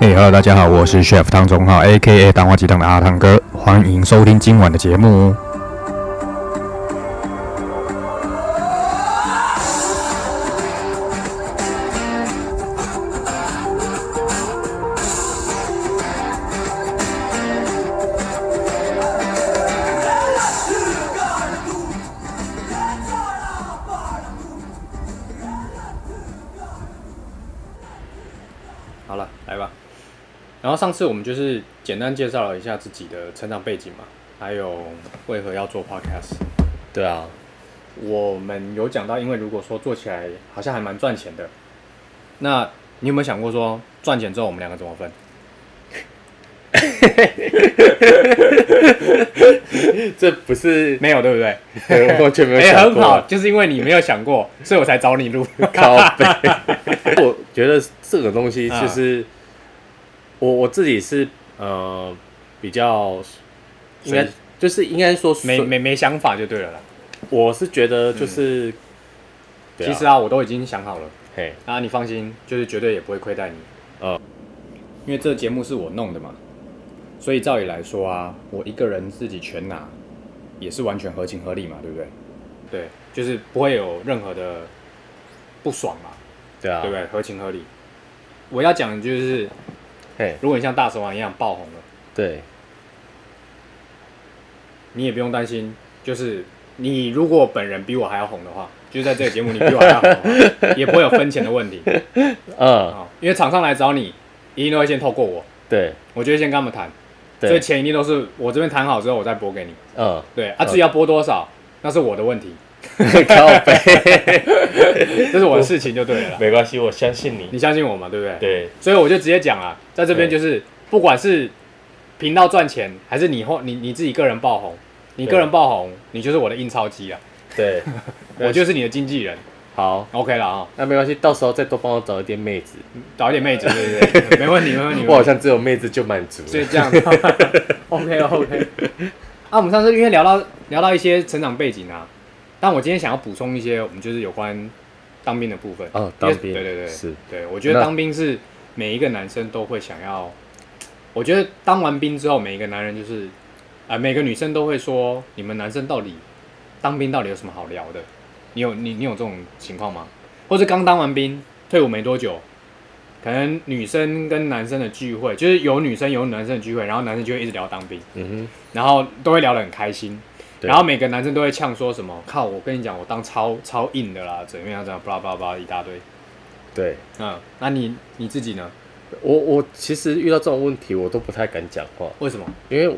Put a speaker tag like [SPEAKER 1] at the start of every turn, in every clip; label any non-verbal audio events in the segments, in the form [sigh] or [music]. [SPEAKER 1] 嘿、h e l l o 大家好，我是 Chef 汤中浩，A.K.A 蛋花鸡汤的阿汤哥，欢迎收听今晚的节目哦。
[SPEAKER 2] 好了，来吧。然后上次我们就是简单介绍了一下自己的成长背景嘛，还有为何要做 podcast。
[SPEAKER 3] 对啊，
[SPEAKER 2] 我们有讲到，因为如果说做起来好像还蛮赚钱的，那你有没有想过说赚钱之后我们两个怎么 [laughs] 分？
[SPEAKER 3] 这不是
[SPEAKER 2] 没有，对不对？
[SPEAKER 3] 我完全没有
[SPEAKER 2] 哎、
[SPEAKER 3] 想
[SPEAKER 2] 很
[SPEAKER 3] 过。
[SPEAKER 2] 好，就是因为你没有想过，所以我才找你 [laughs] 录。
[SPEAKER 3] 靠背。我觉得这个东西就是、我我自己是呃比较应该
[SPEAKER 2] 随
[SPEAKER 3] 就是应该说随
[SPEAKER 2] 没没没想法就对了啦。
[SPEAKER 3] 我是觉得就是、对
[SPEAKER 2] 其实啊，我都已经想好了。
[SPEAKER 3] 嘿
[SPEAKER 2] 啊，你放心，就是绝对也不会亏待你。
[SPEAKER 3] 嗯，
[SPEAKER 2] 因为这个节目是我弄的嘛，所以照理来说啊，我一个人自己全拿，也是完全合情合理嘛，对不对？对，就是不会有任何的不爽嘛，
[SPEAKER 3] 对啊
[SPEAKER 2] 对不对？合情合理。我要讲的就是，
[SPEAKER 3] 嘿
[SPEAKER 2] 如果你像大蛇啊丸一样爆红了，
[SPEAKER 3] 对
[SPEAKER 2] 你也不用担心，就是你如果本人比我还要红的话，就是在这个节目你比我还要红的
[SPEAKER 3] [laughs]
[SPEAKER 2] 话，也不会有分钱的问题
[SPEAKER 3] 嗯
[SPEAKER 2] 啊、因为厂商来找你，一定都会先透过我。
[SPEAKER 3] 对
[SPEAKER 2] 我就会先跟他们谈，所以
[SPEAKER 3] 对
[SPEAKER 2] 钱一定都是我这边谈好之后我再拨给你。
[SPEAKER 3] [laughs] 嗯
[SPEAKER 2] 对啊，至于要拨多少，那是我的问题，
[SPEAKER 3] 靠背
[SPEAKER 2] 这是我的事情就对了啦。
[SPEAKER 3] [laughs] 没关系，我相信你。
[SPEAKER 2] 你相信我嘛，对不对？。
[SPEAKER 3] 对
[SPEAKER 2] 所以我就直接讲啊，在这边就是，不管是频道赚钱，还是你后你你自己个人爆红，你个人爆红，你就是我的印钞机啊，
[SPEAKER 3] [laughs] 对，
[SPEAKER 2] 我就是你的经纪人
[SPEAKER 3] 好，
[SPEAKER 2] ，OK 了啊，
[SPEAKER 3] 那没关系，到时候再多帮我找一点妹子，
[SPEAKER 2] 找一点妹子，对不对？ [laughs] 没问题，没问题。没问题
[SPEAKER 3] 我好像只有妹子就满足了。
[SPEAKER 2] 所以这样，OK 了 OK。啊，我们上次因为聊到聊到一些成长背景啊，但我今天想要补充一些我们就是有关当兵的部分。
[SPEAKER 3] 哦
[SPEAKER 2] 因为
[SPEAKER 3] 当兵
[SPEAKER 2] 对对对，
[SPEAKER 3] 是，
[SPEAKER 2] 对我觉得
[SPEAKER 3] 那
[SPEAKER 2] 当兵是每一个男生都会想要，我觉得当完兵之后，每一个男人就是，啊、每个女生都会说，你们男生到底当兵到底有什么好聊的？你有你你有这种情况吗？或者刚当完兵退伍没多久，可能女生跟男生的聚会，就是有女生有男生的聚会，然后男生就会一直聊当兵，
[SPEAKER 3] 嗯
[SPEAKER 2] 然后都会聊得很开心，
[SPEAKER 3] 对
[SPEAKER 2] 然后每个男生都会呛说什么，靠，我跟你讲，我当超超硬的啦，怎么样怎么样，巴拉巴拉巴拉一大堆。
[SPEAKER 3] 哼，对。
[SPEAKER 2] 嗯，那你你自己呢？
[SPEAKER 3] 我我其实遇到这种问题，我都不太敢讲话，
[SPEAKER 2] 为什么？
[SPEAKER 3] 因为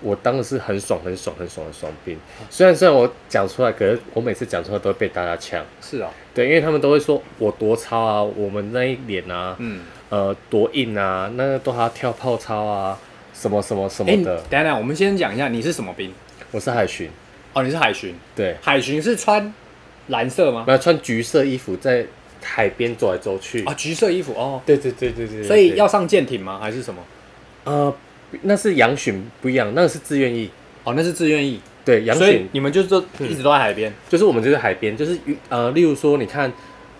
[SPEAKER 3] 我当的是很爽、很爽、很爽的爽兵。虽然虽然我讲出来，可是我每次讲出来都会被大家呛，
[SPEAKER 2] 是啊、
[SPEAKER 3] 对，因为他们都会说我多操啊，我们那一脸啊，
[SPEAKER 2] 嗯，
[SPEAKER 3] 呃，多硬啊，那个都还要跳炮操啊，什么什么什
[SPEAKER 2] 哎、
[SPEAKER 3] 么
[SPEAKER 2] 你
[SPEAKER 3] 的。
[SPEAKER 2] 等一下等一下，我们先讲一下你是什么兵
[SPEAKER 3] 我是海巡，
[SPEAKER 2] 哦，你是海巡，
[SPEAKER 3] 对，
[SPEAKER 2] 海巡是穿蓝色吗？
[SPEAKER 3] 然后穿橘色衣服在海边走来走去。
[SPEAKER 2] 啊，橘色衣服哦，
[SPEAKER 3] 对对对对对对
[SPEAKER 2] 所以要上舰艇吗？还是什么？
[SPEAKER 3] 呃，那是杨巡不一样，那个是自愿意。
[SPEAKER 2] 哦，那是自愿意，
[SPEAKER 3] 对，杨
[SPEAKER 2] 所以
[SPEAKER 3] 巡嗯
[SPEAKER 2] 你们就是都一直都在海边，
[SPEAKER 3] 就是我们这是海边，就是渔呃，例如说，你看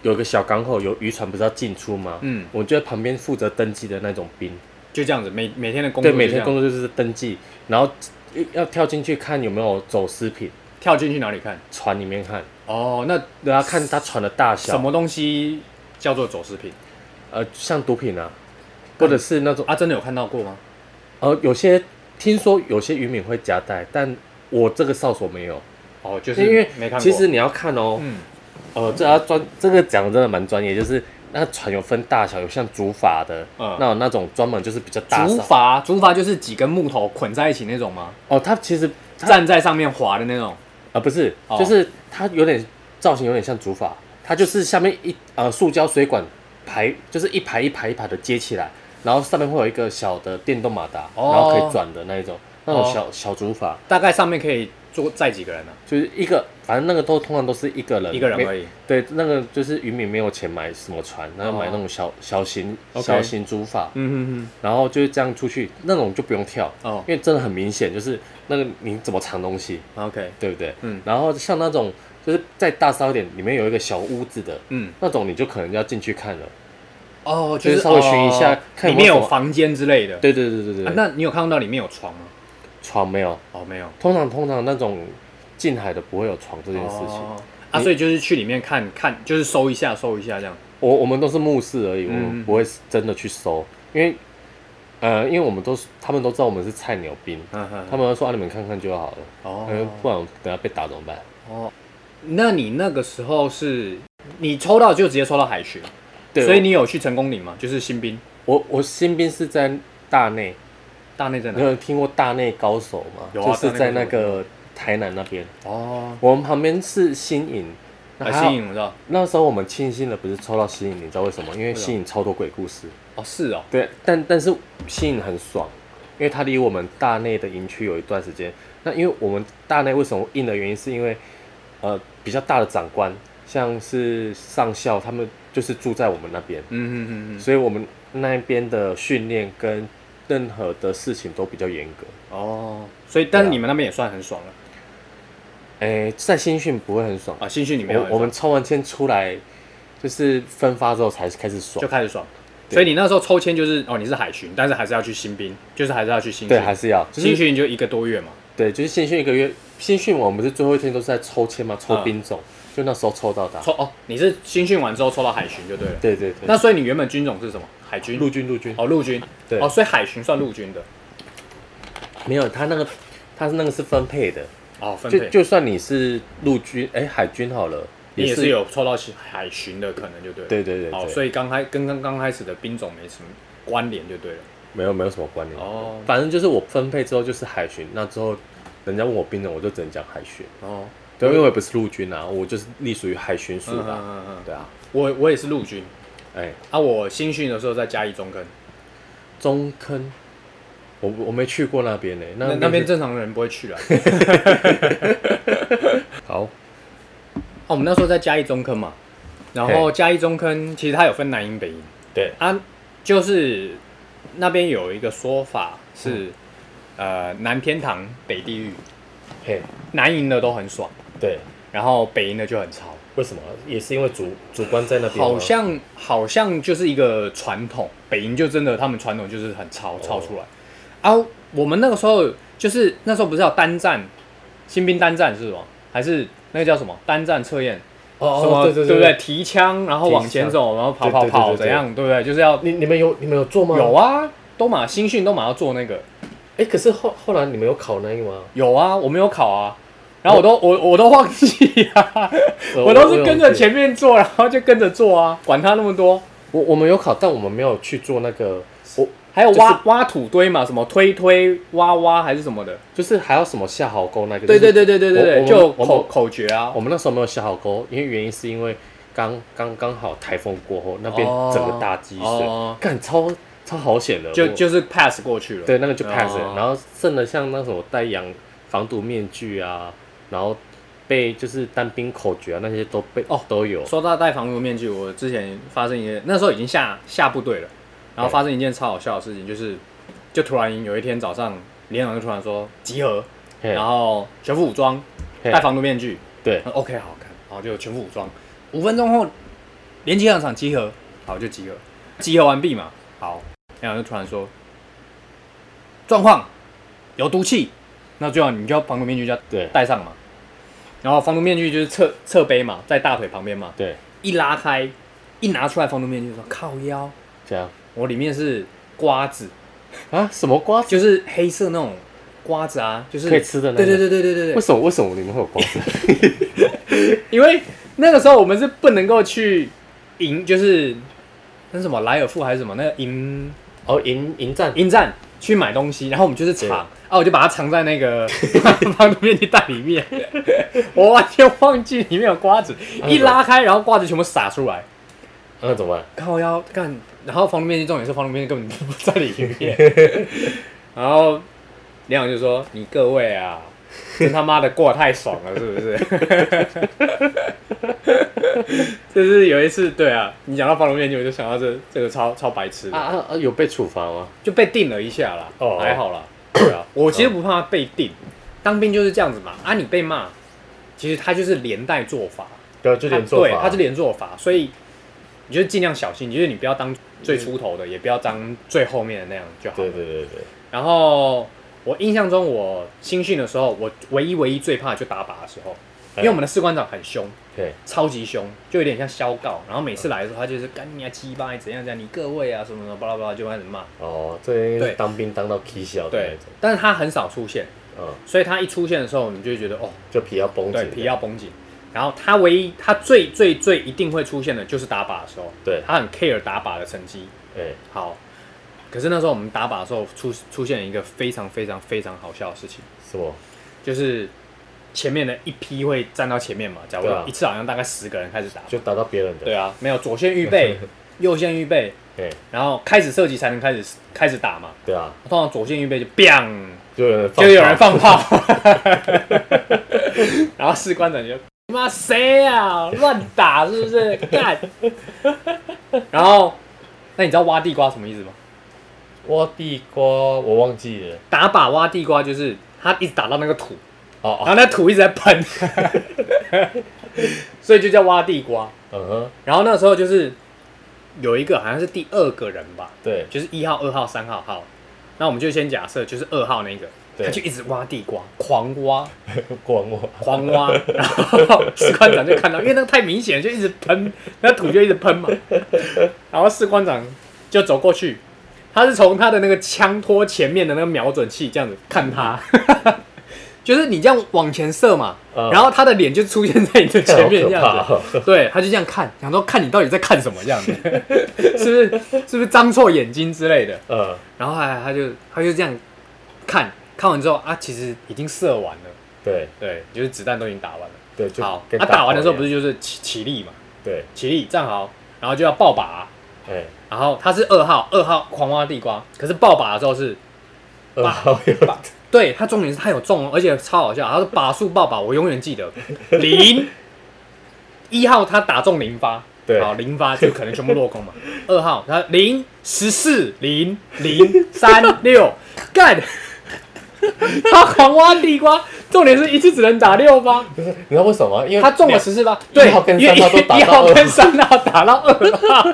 [SPEAKER 3] 有个小港口，有渔船不是要进出吗？
[SPEAKER 2] 嗯
[SPEAKER 3] 我就在旁边负责登记的那种兵，
[SPEAKER 2] 就这样子，每每天的工作
[SPEAKER 3] 对，
[SPEAKER 2] 就这
[SPEAKER 3] 每
[SPEAKER 2] 样，
[SPEAKER 3] 天工作就是登记，然后呃要跳进去看有没有走私品，
[SPEAKER 2] 跳进去哪里看？
[SPEAKER 3] 船里面看，
[SPEAKER 2] 哦，那
[SPEAKER 3] 对啊，看它船的大
[SPEAKER 2] 什
[SPEAKER 3] 小，
[SPEAKER 2] 么东西叫做走私品
[SPEAKER 3] 呃，像毒品啊，或者是那种
[SPEAKER 2] 啊？真的有看到过吗？
[SPEAKER 3] 呃，有些听说有些渔民会夹带，但我这个哨所没有，
[SPEAKER 2] 哦，就是
[SPEAKER 3] 因为
[SPEAKER 2] 没看过。
[SPEAKER 3] 其实你要看哦，
[SPEAKER 2] 嗯，
[SPEAKER 3] 呃，这要专这个讲的真的蛮专业，就是那船有分大小，有像竹筏的，
[SPEAKER 2] 嗯
[SPEAKER 3] 那有那种专门就是比较大
[SPEAKER 2] 竹
[SPEAKER 3] 艘
[SPEAKER 2] 筏，竹筏就是几根木头捆在一起那种吗？
[SPEAKER 3] 哦，它其实它啊、
[SPEAKER 2] 站在上面划的那种。
[SPEAKER 3] 不是，
[SPEAKER 2] 哦
[SPEAKER 3] 就是它有点造型有点像竹筏，它就是下面一呃塑胶水管排，就是一排一排一排的接起来，然后上面会有一个小的电动马达，
[SPEAKER 2] 哦
[SPEAKER 3] 然后可以转的那一种，那种
[SPEAKER 2] 哦
[SPEAKER 3] 小、小竹筏，
[SPEAKER 2] 大概上面可以坐载几个人呢、啊
[SPEAKER 3] 就是一个反正那个都通常都是一个人
[SPEAKER 2] 一个人
[SPEAKER 3] 呃没
[SPEAKER 2] 而已。
[SPEAKER 3] 对，那个就是渔民没有钱买什么船，然后买那种小、小型
[SPEAKER 2] 哦 OK
[SPEAKER 3] 小型竹筏。
[SPEAKER 2] 嗯
[SPEAKER 3] 然后就是这样出去，那种就不用跳，
[SPEAKER 2] 哼哼。哦
[SPEAKER 3] 因为真的很明显，就是那个你怎么藏东西，
[SPEAKER 2] ，OK，
[SPEAKER 3] 对不对？
[SPEAKER 2] 嗯
[SPEAKER 3] 然后像那种就是再大烧一点，里面有一个小屋子的
[SPEAKER 2] 嗯，
[SPEAKER 3] 那种，你就可能要进去看了。
[SPEAKER 2] 哦，
[SPEAKER 3] 就是
[SPEAKER 2] 是
[SPEAKER 3] 稍微寻一下
[SPEAKER 2] 哦
[SPEAKER 3] 看有没
[SPEAKER 2] 里面
[SPEAKER 3] 有什
[SPEAKER 2] 有
[SPEAKER 3] 么
[SPEAKER 2] 房间之类的。
[SPEAKER 3] 对对对对对对，
[SPEAKER 2] 啊那你有看到里面有床吗？
[SPEAKER 3] 床没有，
[SPEAKER 2] 哦，没有
[SPEAKER 3] 通常通常那种近海的不会有床这件事情。
[SPEAKER 2] 哦啊，所以就是去里面看看，就是搜一下搜一下这样。
[SPEAKER 3] 我我们都是目视而已，我
[SPEAKER 2] 嗯
[SPEAKER 3] 们不会真的去搜，因为呃，因为我们都是他们都知道我们是菜鸟兵，
[SPEAKER 2] 嗯哼，
[SPEAKER 3] 他们会说啊你们看看就好了，嗯
[SPEAKER 2] 哦，
[SPEAKER 3] 不然我等下被打怎么办？
[SPEAKER 2] 哦，那你那个时候是你抽到就直接抽到海巡，
[SPEAKER 3] 对，
[SPEAKER 2] 所以你有去成功岭吗？就是新兵
[SPEAKER 3] 我我新兵是在大内，
[SPEAKER 2] 大内在
[SPEAKER 3] 你
[SPEAKER 2] 哪？
[SPEAKER 3] 有听过大内高手吗？
[SPEAKER 2] 有啊
[SPEAKER 3] 就是在
[SPEAKER 2] 大
[SPEAKER 3] 那
[SPEAKER 2] 内
[SPEAKER 3] 个台南那边，
[SPEAKER 2] 哦，
[SPEAKER 3] 我们旁边是新营。
[SPEAKER 2] 啊，
[SPEAKER 3] 还好
[SPEAKER 2] 新颖我知道。
[SPEAKER 3] 那时候我们庆幸的不是抽到新颖，你知道为什么？因为
[SPEAKER 2] 什么
[SPEAKER 3] 新颖超多鬼故事。
[SPEAKER 2] 哦，是哦，
[SPEAKER 3] 对，但但是新颖很爽，因为它离我们大内的营区有一段时间。那因为我们大内为什么硬的原因，是因为呃比较大的长官，像是上校，他们就是住在我们那边，
[SPEAKER 2] 嗯嗯嗯嗯，
[SPEAKER 3] 所以我们那边的训练跟任何的事情都比较严格。
[SPEAKER 2] 哦，所以但是
[SPEAKER 3] 对啊
[SPEAKER 2] 你们那边也算很爽了
[SPEAKER 3] 诶，哎在新训不会很爽，
[SPEAKER 2] 啊，新训里面
[SPEAKER 3] 我我们抽完签出来，就是分发之后才开始爽
[SPEAKER 2] 就。开始爽。
[SPEAKER 3] 对
[SPEAKER 2] 所以你那时候抽签就是哦，你是海巡，但是还是要去新兵，就是还是要去新
[SPEAKER 3] 对，
[SPEAKER 2] 训。
[SPEAKER 3] 还是要，就是
[SPEAKER 2] 新训就一个多月嘛。
[SPEAKER 3] 对，就是新训一个月，新训我们不是最后一天都是在抽签嘛，抽兵种，就那时候抽到的啊。
[SPEAKER 2] 嗯抽哦，你是新训完之后抽到海巡就对了。
[SPEAKER 3] 对对对，
[SPEAKER 2] 那所以你原本军种是什么？海军。
[SPEAKER 3] 陆军陆军
[SPEAKER 2] 哦，陆军。
[SPEAKER 3] 对
[SPEAKER 2] 哦，所以海巡算陆军的。
[SPEAKER 3] 没有，他那个他是那个是分配的，
[SPEAKER 2] 哦，分
[SPEAKER 3] 就
[SPEAKER 2] 配。
[SPEAKER 3] 就算你是陆军哎海军好了，
[SPEAKER 2] 你也是有抽到海巡的可能就对了。
[SPEAKER 3] 对对对
[SPEAKER 2] 哦，
[SPEAKER 3] 对
[SPEAKER 2] 所以刚开跟刚刚开始的兵种没什么关联就对了。
[SPEAKER 3] 没有没有什么关联
[SPEAKER 2] 哦
[SPEAKER 3] 反正就是我分配之后就是海巡，那之后人家问我兵种，我就只能讲海巡。
[SPEAKER 2] 哦，
[SPEAKER 3] 对，因为我也不是陆军啊，我就是隶属于海巡署
[SPEAKER 2] 嗯嗯
[SPEAKER 3] 啊。
[SPEAKER 2] 嗯嗯嗯，
[SPEAKER 3] 对啊，
[SPEAKER 2] 我我也是陆军
[SPEAKER 3] 哎，
[SPEAKER 2] 啊，我新训的时候在嘉义中坑，
[SPEAKER 3] 中坑，我我没去过那边呢、那
[SPEAKER 2] 那那边
[SPEAKER 3] 是
[SPEAKER 2] 正常人不会去啊了。
[SPEAKER 3] 好，
[SPEAKER 2] 哦，我们那时候在嘉义中坑嘛，然后嘉义中坑其实它有分南营北营
[SPEAKER 3] 对，
[SPEAKER 2] 啊，就是那边有一个说法是，呃，南天堂北地狱，
[SPEAKER 3] 嘿，
[SPEAKER 2] 南营的都很爽，
[SPEAKER 3] 对，
[SPEAKER 2] 然后北营的就很潮，
[SPEAKER 3] 为什么？也是因为主主观在那边吗，
[SPEAKER 2] 好像好像就是一个传统，北营就真的他们传统就是很潮潮出来，啊，我们那个时候就是那时候不是要单站新兵单站是吗？还是那个叫什么单站测验？
[SPEAKER 3] 哦
[SPEAKER 2] 什
[SPEAKER 3] 哦，
[SPEAKER 2] 么
[SPEAKER 3] 对
[SPEAKER 2] 对
[SPEAKER 3] 对
[SPEAKER 2] 不对？，提枪，然后往前走，然后跑跑
[SPEAKER 3] 对对对
[SPEAKER 2] 跑，
[SPEAKER 3] 对对
[SPEAKER 2] 怎样，对不对？就是要
[SPEAKER 3] 你你们有你们有做吗？
[SPEAKER 2] 有
[SPEAKER 3] 啊，
[SPEAKER 2] 啊，都马新训都马要做那个，
[SPEAKER 3] 哎，可是后后来你们有考那个吗？
[SPEAKER 2] 有啊，我没有考啊，然后我都我我都忘记啊，[laughs]
[SPEAKER 3] 呃
[SPEAKER 2] 我都是跟着，
[SPEAKER 3] 有
[SPEAKER 2] 前面做，然后就跟着做啊，管他那么多。
[SPEAKER 3] 我我们有考，但我们没有去做那个，我
[SPEAKER 2] 还有挖
[SPEAKER 3] 就
[SPEAKER 2] 挖土堆嘛，什么推推挖挖还是什么的，
[SPEAKER 3] 就是还有什么下壕沟那个，
[SPEAKER 2] 对
[SPEAKER 3] 就是
[SPEAKER 2] 对对对对对
[SPEAKER 3] 我我
[SPEAKER 2] 对，
[SPEAKER 3] 们
[SPEAKER 2] 就有
[SPEAKER 3] 我们
[SPEAKER 2] 口口诀啊
[SPEAKER 3] 我，们那时候没有下壕沟，因为原因是因为刚刚刚好台风过后，那边
[SPEAKER 2] 哦
[SPEAKER 3] 整个大积水
[SPEAKER 2] 哦，
[SPEAKER 3] 干、超超好险的，
[SPEAKER 2] 就
[SPEAKER 3] 我
[SPEAKER 2] 就是 pass 过去了。
[SPEAKER 3] 对那个就 pass 了，
[SPEAKER 2] 哦
[SPEAKER 3] 然后剩的像那什么戴氧防毒面具啊，然后被就是单兵口诀啊那些都被哦都有，
[SPEAKER 2] 说到戴防毒面具，我之前发生一件，那时候已经下下部队了，然后发生一件超好笑的事情，就是就突然有一天早上，连长就突然说集合，
[SPEAKER 3] 嘿
[SPEAKER 2] 然后全副武装，
[SPEAKER 3] 嘿
[SPEAKER 2] 戴防毒面具
[SPEAKER 3] 对
[SPEAKER 2] 嗯，OK，好看，然后就全副武装，五分钟后连接两场集合，好就集合，集合完毕嘛，好，连长就突然说状况有毒气，那最好你就要防毒面具就要
[SPEAKER 3] 对
[SPEAKER 2] 戴上嘛，然后防毒面具就是侧侧背嘛，在大腿旁边嘛。
[SPEAKER 3] 对
[SPEAKER 2] 一拉开，一拿出来防毒面具说靠腰，
[SPEAKER 3] 这样
[SPEAKER 2] 我里面是瓜子，
[SPEAKER 3] 啊什么瓜子
[SPEAKER 2] 就是黑色那种瓜子啊，就是
[SPEAKER 3] 可以吃的那
[SPEAKER 2] 对
[SPEAKER 3] 种
[SPEAKER 2] 对对对对
[SPEAKER 3] 为
[SPEAKER 2] 对对，
[SPEAKER 3] 什么为什么你们会有瓜子？
[SPEAKER 2] 因为那个时候我们是不能够去营，就是那什么莱尔富还是什么那个营
[SPEAKER 3] [laughs] 哦迎迎战
[SPEAKER 2] 营站去买东西，然后我们就是
[SPEAKER 3] 对
[SPEAKER 2] 藏啊，我就把它藏在那个 [laughs] 防毒面具袋里 [laughs] 面，我完全忘记里面有瓜子，一拉开然后瓜子全部洒出来。
[SPEAKER 3] 那啊怎么办？
[SPEAKER 2] 靠腰干，然后防毒面具重点是防毒面具根本就不在里
[SPEAKER 3] [laughs]
[SPEAKER 2] 面，然后连长就说：“你各位啊， [laughs] 真他妈的过得太爽了，是不是？” [laughs] 就是有一次，对啊，你讲到防毒面具，我就想到这这个超超白痴的
[SPEAKER 3] 啊啊啊！有被处罚吗？
[SPEAKER 2] 就被定了一下啦，
[SPEAKER 3] 哦
[SPEAKER 2] 还好啦。对
[SPEAKER 3] [coughs]
[SPEAKER 2] 啊，我其实不怕被定，当兵就是这样子嘛。啊，你被骂，其实他就是连带做法，
[SPEAKER 3] 啊对，就
[SPEAKER 2] 他对，他是连坐法，所以你就尽量小心，就是你不要当最出头的，也不要当最后面的那样就好了。
[SPEAKER 3] 对对对对，
[SPEAKER 2] 然后我印象中，我新训的时候，我唯一唯一最怕就打靶的时候，因
[SPEAKER 3] 哎
[SPEAKER 2] 为我们的士官长很凶，
[SPEAKER 3] 对，
[SPEAKER 2] 超级凶，就有点像肖告。然后每
[SPEAKER 3] 嗯
[SPEAKER 2] 次来的时候，他就是干你啊鸡巴，怎样怎样，你各位啊什么什么，巴拉巴拉就开始骂。
[SPEAKER 3] 哦，这
[SPEAKER 2] 对
[SPEAKER 3] 当兵当到 K 小的
[SPEAKER 2] 对
[SPEAKER 3] 那种，，
[SPEAKER 2] 但是他很少出现，
[SPEAKER 3] 嗯，
[SPEAKER 2] 所以他一出现的时候，你就会觉得哦，
[SPEAKER 3] 就皮要绷紧
[SPEAKER 2] 对，
[SPEAKER 3] 的，
[SPEAKER 2] 皮要绷紧。然后他唯一他最最最一定会出现的就是打靶的时候，
[SPEAKER 3] 对，
[SPEAKER 2] 他很 care 打靶的成绩。
[SPEAKER 3] 哎，
[SPEAKER 2] 好，可是那时候我们打靶的时候出出现一个非常非常非常好笑的事情。
[SPEAKER 3] 什么？
[SPEAKER 2] 就是前面的一批会站到前面嘛，假如
[SPEAKER 3] 对啊
[SPEAKER 2] 一次好像大概十个人开始打，
[SPEAKER 3] 就打到别人的，
[SPEAKER 2] 对啊，没有左线预
[SPEAKER 3] [laughs]
[SPEAKER 2] 备，右线预备，
[SPEAKER 3] 哎，
[SPEAKER 2] 然后开始射击才能开始开始打嘛。
[SPEAKER 3] 对啊，
[SPEAKER 2] 通常左线预备就 biang，
[SPEAKER 3] 就有人
[SPEAKER 2] 就有人放
[SPEAKER 3] [laughs]
[SPEAKER 2] 炮， [laughs] 然后士官长就你妈谁啊，乱打是不是？干！然后，那你知道挖地瓜什么意思吗？
[SPEAKER 3] 挖地瓜，我忘记了，
[SPEAKER 2] 打靶挖地瓜就是他一直打到那个土，
[SPEAKER 3] 哦
[SPEAKER 2] 然后那土一直在喷， [laughs] 所以就叫挖地瓜。
[SPEAKER 3] 哦，嗯哼，
[SPEAKER 2] 然后那时候就是有一个好像是第二个人吧，
[SPEAKER 3] 对，
[SPEAKER 2] 就是一号、二号、三号号，那我们就先假设就是二号那个，
[SPEAKER 3] 对
[SPEAKER 2] 他就一直挖地瓜，狂挖、
[SPEAKER 3] 管我，
[SPEAKER 2] 狂挖，然后士官长就看到，因为那个太明显了，就一直喷，那土就一直喷嘛，然后士官长就走过去。他是从他的那个枪托前面的那个瞄准器这样子看他， [laughs] 就是你这样往前射嘛，
[SPEAKER 3] 嗯
[SPEAKER 2] 然后他的脸就出现在你的 [laughs] 前面这样子，
[SPEAKER 3] 好可怕哦 [laughs]
[SPEAKER 2] 对，他就这样看，想说看你到底在看什么这样子，是不是是不是张错眼睛之类的？
[SPEAKER 3] 嗯，
[SPEAKER 2] 然后后来他就他就这样看看完之后啊，其实已经射完了，
[SPEAKER 3] 对
[SPEAKER 2] 对，就是子弹都已经打完了。
[SPEAKER 3] 对，就
[SPEAKER 2] 好，
[SPEAKER 3] 跟
[SPEAKER 2] 他、打完的时候不
[SPEAKER 3] 炮一
[SPEAKER 2] 是
[SPEAKER 3] 样
[SPEAKER 2] 就是起起立嘛，
[SPEAKER 3] 对，
[SPEAKER 2] 起立站好，然后就要爆靶、
[SPEAKER 3] 哎，
[SPEAKER 2] 然后他是二号，二号狂挖地瓜，可是爆靶的时候 [laughs] 是，
[SPEAKER 3] 二号有
[SPEAKER 2] 靶对他重点是他有中哦，而且超好笑，他是靶数爆靶，我永远记得 [laughs] 零。一号他打中零发，
[SPEAKER 3] 对
[SPEAKER 2] 好零发就可能全部落空嘛。 [laughs] 二号他零十四零零三六干， [laughs] 他狂挖地瓜，重点是一次只能打六发，
[SPEAKER 3] [laughs] 你知道为什么吗？因为
[SPEAKER 2] 他中了
[SPEAKER 3] 两
[SPEAKER 2] 十四发，嗯对，
[SPEAKER 3] 一号跟
[SPEAKER 2] 因为
[SPEAKER 3] 三号都打到
[SPEAKER 2] 一号
[SPEAKER 3] 二
[SPEAKER 2] 跟三号打到二号，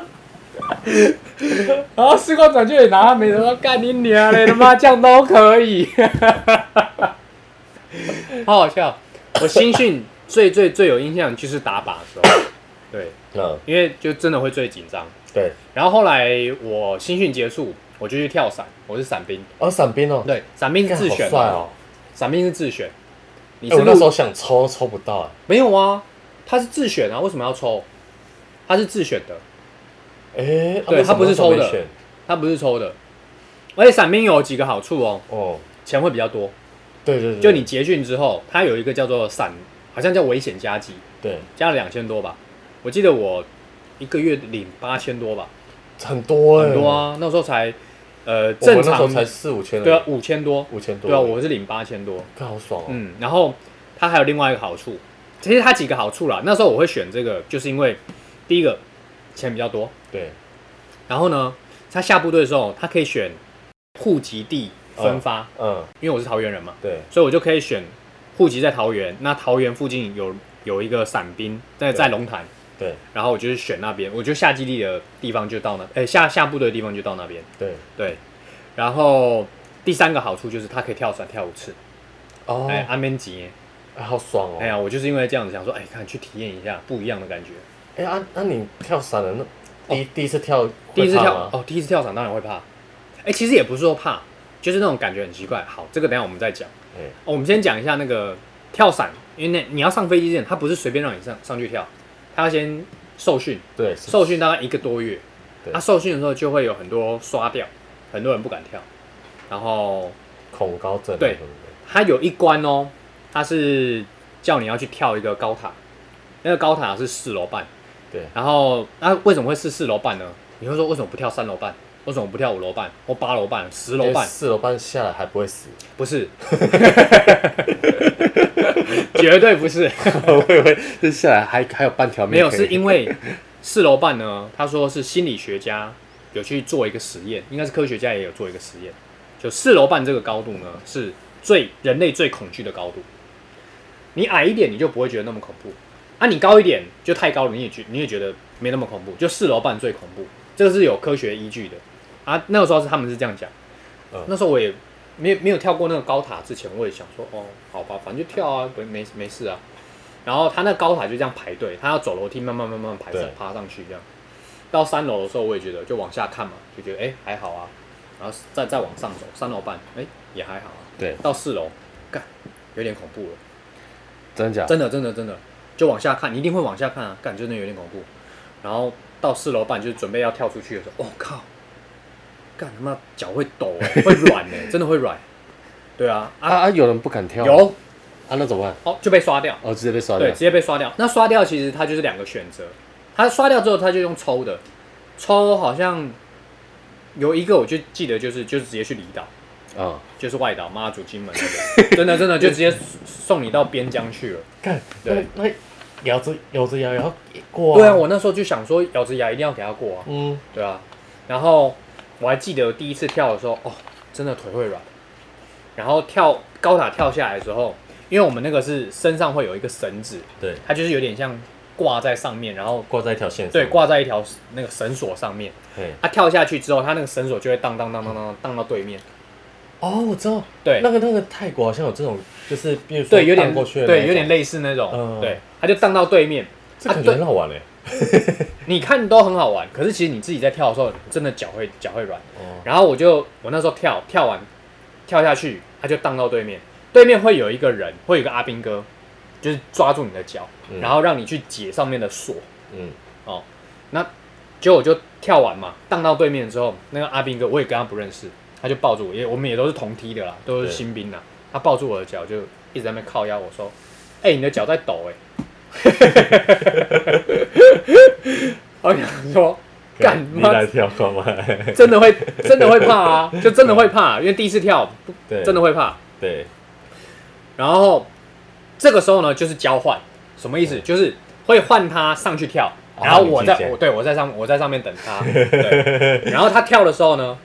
[SPEAKER 3] [laughs]
[SPEAKER 2] 然后士官长就也拿他没辙说干你娘嘞，他妈这样都可
[SPEAKER 3] [laughs]
[SPEAKER 2] 以，好好笑。我新训最最最有印象就是打靶的时候，对，
[SPEAKER 3] 嗯，
[SPEAKER 2] 因为就真的会最紧张。
[SPEAKER 3] 对，
[SPEAKER 2] 然后后来我新训结束，我就去跳伞，我是伞兵，
[SPEAKER 3] 哦，伞兵哦，
[SPEAKER 2] 对，伞兵是
[SPEAKER 3] 干，
[SPEAKER 2] 自
[SPEAKER 3] 好
[SPEAKER 2] 选，
[SPEAKER 3] 帅哦，
[SPEAKER 2] 伞兵是自选，你
[SPEAKER 3] 哎
[SPEAKER 2] 是
[SPEAKER 3] 我那
[SPEAKER 2] 陆
[SPEAKER 3] 时候想抽抽不到，哎，
[SPEAKER 2] 没有啊，他是自选啊，为什么要抽？他是自选的，
[SPEAKER 3] 哎，啊
[SPEAKER 2] 对
[SPEAKER 3] 为什么
[SPEAKER 2] 他不是抽的
[SPEAKER 3] 那时候没选
[SPEAKER 2] 他不是抽的。而且伞兵有几个好处哦，
[SPEAKER 3] 哦，
[SPEAKER 2] 钱会比较多。
[SPEAKER 3] 对对对，
[SPEAKER 2] 就你结训之后，它有一个叫做伞，好像叫危险加急，
[SPEAKER 3] 对
[SPEAKER 2] 加了两千多吧。我记得我一个月领八千多吧，
[SPEAKER 3] 很多哎
[SPEAKER 2] 很多，啊，那时候才呃
[SPEAKER 3] 我们
[SPEAKER 2] 正
[SPEAKER 3] 那时候
[SPEAKER 2] 常
[SPEAKER 3] 才四五千而已，
[SPEAKER 2] 对啊五千多，
[SPEAKER 3] 五千多，
[SPEAKER 2] 对啊，我是领八千多。
[SPEAKER 3] 看好爽哦，
[SPEAKER 2] 嗯，然后它还有另外一个好处，其实它几个好处啦。那时候我会选这个，就是因为第一个钱比较多，
[SPEAKER 3] 对，
[SPEAKER 2] 然后呢，他下部队的时候，他可以选户籍地分发，
[SPEAKER 3] 嗯，
[SPEAKER 2] 因为我是桃园人嘛，
[SPEAKER 3] 对，
[SPEAKER 2] 所以我就可以选户籍在桃园。那桃园附近有有一个伞兵在
[SPEAKER 3] 对
[SPEAKER 2] 在龙潭，
[SPEAKER 3] 对，
[SPEAKER 2] 然后我就是选那边，我就下基地的地方就到那，哎、下下部队的地方就到那边。
[SPEAKER 3] 对，
[SPEAKER 2] 对，然后第三个好处就是他可以跳伞跳五次，
[SPEAKER 3] 哦，
[SPEAKER 2] 哎、安边吉耶，
[SPEAKER 3] 哎好爽哦，
[SPEAKER 2] 哎呀，我就是因为这样子想说，哎，看去体验一下不一样的感觉。
[SPEAKER 3] 哎、啊，那、你跳伞的那第一、第一次跳，
[SPEAKER 2] 哦第一次
[SPEAKER 3] 会
[SPEAKER 2] 跳
[SPEAKER 3] 怕吗
[SPEAKER 2] 哦，第一次跳伞当然会怕。哎、其实也不是说怕，就是那种感觉很奇怪。好，这个等一下我们再讲。
[SPEAKER 3] 哎
[SPEAKER 2] 哦我们先讲一下那个跳伞，因为那你要上飞机之前，他不是随便让你上上去跳，他要先受训，
[SPEAKER 3] 对，是
[SPEAKER 2] 受训大概一个多月。
[SPEAKER 3] 对
[SPEAKER 2] 他、受训的时候就会有很多刷掉，很多人不敢跳。然后
[SPEAKER 3] 恐高症，啊
[SPEAKER 2] 对他有一关哦，他是叫你要去跳一个高塔，那个高塔是四楼半。
[SPEAKER 3] 对
[SPEAKER 2] 然后那、为什么会是四楼半呢？你会说为什么不跳三楼半？为什么不跳五楼半或八楼半、十楼
[SPEAKER 3] 楼
[SPEAKER 2] 半
[SPEAKER 3] 半？哎四楼半下来还不
[SPEAKER 2] [laughs]
[SPEAKER 3] 会死，
[SPEAKER 2] 不是，绝对不是，
[SPEAKER 3] 我以为这下来还还有半条命
[SPEAKER 2] 没有，
[SPEAKER 3] 可以 [laughs]
[SPEAKER 2] 是因为四楼半呢，他说是心理学家有去做一个实验，应该是科学家也有做一个实验，就四楼半这个高度呢是最人类最恐惧的高度。你矮一点你就不会觉得那么恐怖，啊，你高一点就太高了，你也觉你也觉得没那么恐怖，就四楼半最恐怖，这个是有科学依据的啊。那个时候是他们是这样讲，
[SPEAKER 3] 嗯
[SPEAKER 2] 那时候我也没没有跳过那个高塔之前，我也想说哦，好吧，反正就跳啊，不没没事啊。然后他那高塔就这样排队，他要走楼梯，慢慢慢慢排上
[SPEAKER 3] 对
[SPEAKER 2] 爬上去这样。到三楼的时候，我也觉得就往下看嘛，就觉得哎、还好啊，然后再再往上走，三楼半哎、也还好啊。
[SPEAKER 3] 对，
[SPEAKER 2] 到四楼，干有点恐怖了。
[SPEAKER 3] 真的假的？
[SPEAKER 2] 真的真的真的，就往下看，你一定会往下看啊，感真的有点恐怖。然后到四楼半，就是准备要跳出去的时候，我、靠，干他妈脚会抖、欸，会软
[SPEAKER 3] [laughs]
[SPEAKER 2] 哎、真的会软。对啊，
[SPEAKER 3] 啊
[SPEAKER 2] 啊
[SPEAKER 3] 啊！有人不敢跳，
[SPEAKER 2] 有
[SPEAKER 3] 啊，那怎么办？
[SPEAKER 2] 哦就被刷掉，
[SPEAKER 3] 哦，直接被刷掉
[SPEAKER 2] 对，直。接被刷掉。那刷掉其实它就是两个选择，它刷掉之后它就用抽的，抽好像有一个我就记得就是就是直接去离岛，
[SPEAKER 3] 啊，
[SPEAKER 2] 就是外岛妈祖金门那个，真的真的就直接送你到边疆去了。
[SPEAKER 4] 看，
[SPEAKER 2] 对
[SPEAKER 4] 那那咬着咬着牙，然后过、
[SPEAKER 2] 对啊，我那时候就想说咬着牙一定要给他过啊。
[SPEAKER 4] 嗯，
[SPEAKER 2] 对啊，然后我还记得我第一次跳的时候，哦，真的腿会软。然后跳高塔跳下来的时候，因为我们那个是身上会有一个绳子，
[SPEAKER 4] 对，
[SPEAKER 2] 它就是有点像挂在上面，然后
[SPEAKER 4] 挂在一条线上，
[SPEAKER 2] 对，挂在一条那个绳索上面。
[SPEAKER 4] 嘿，
[SPEAKER 2] 它、跳下去之后，它那个绳索就会荡荡荡荡荡荡到对面。
[SPEAKER 4] 哦，我知道，
[SPEAKER 2] 对，
[SPEAKER 4] 那个那个泰国好像有这种，就是比如说
[SPEAKER 2] 对有点
[SPEAKER 4] 荡过去的那种，
[SPEAKER 2] 对有点类似那种，
[SPEAKER 4] 嗯
[SPEAKER 2] 对，它就荡到对面。
[SPEAKER 4] 这感觉
[SPEAKER 2] 啊对
[SPEAKER 4] 很好玩欸嘞、
[SPEAKER 2] 你看都很好玩，可是其实你自己在跳的时候，真的脚会脚会软。
[SPEAKER 4] 哦，
[SPEAKER 2] 然后我就我那时候跳跳完跳下去，他就荡到对面，对面会有一个人，会有一个阿兵哥，就是抓住你的脚，
[SPEAKER 4] 嗯
[SPEAKER 2] 然后让你去解上面的锁。
[SPEAKER 4] 嗯，
[SPEAKER 2] 那结果我就跳完嘛，荡到对面之后，那个阿兵哥我也跟他不认识，他就抱住我，也我们也都是同梯的啦，都是
[SPEAKER 4] 对
[SPEAKER 2] 新兵啦。他抱住我的脚，就一直在那边靠腰，我说：“哎、你的脚在抖哎、我想说，干
[SPEAKER 4] 你
[SPEAKER 2] 妈
[SPEAKER 4] 来跳好吗？
[SPEAKER 2] [laughs] 真的会真的会怕啊，就真的会怕，因为第一次跳不
[SPEAKER 4] 对，
[SPEAKER 2] [laughs] 真的会怕。
[SPEAKER 4] 对，
[SPEAKER 2] 然后这个时候呢，就是交换，什么意思？就是会换他上去跳，
[SPEAKER 4] 哦
[SPEAKER 2] 然后我在
[SPEAKER 4] 你自己
[SPEAKER 2] 我对我在上我在上面等
[SPEAKER 4] [laughs]
[SPEAKER 2] 他，对然后他跳的时候呢，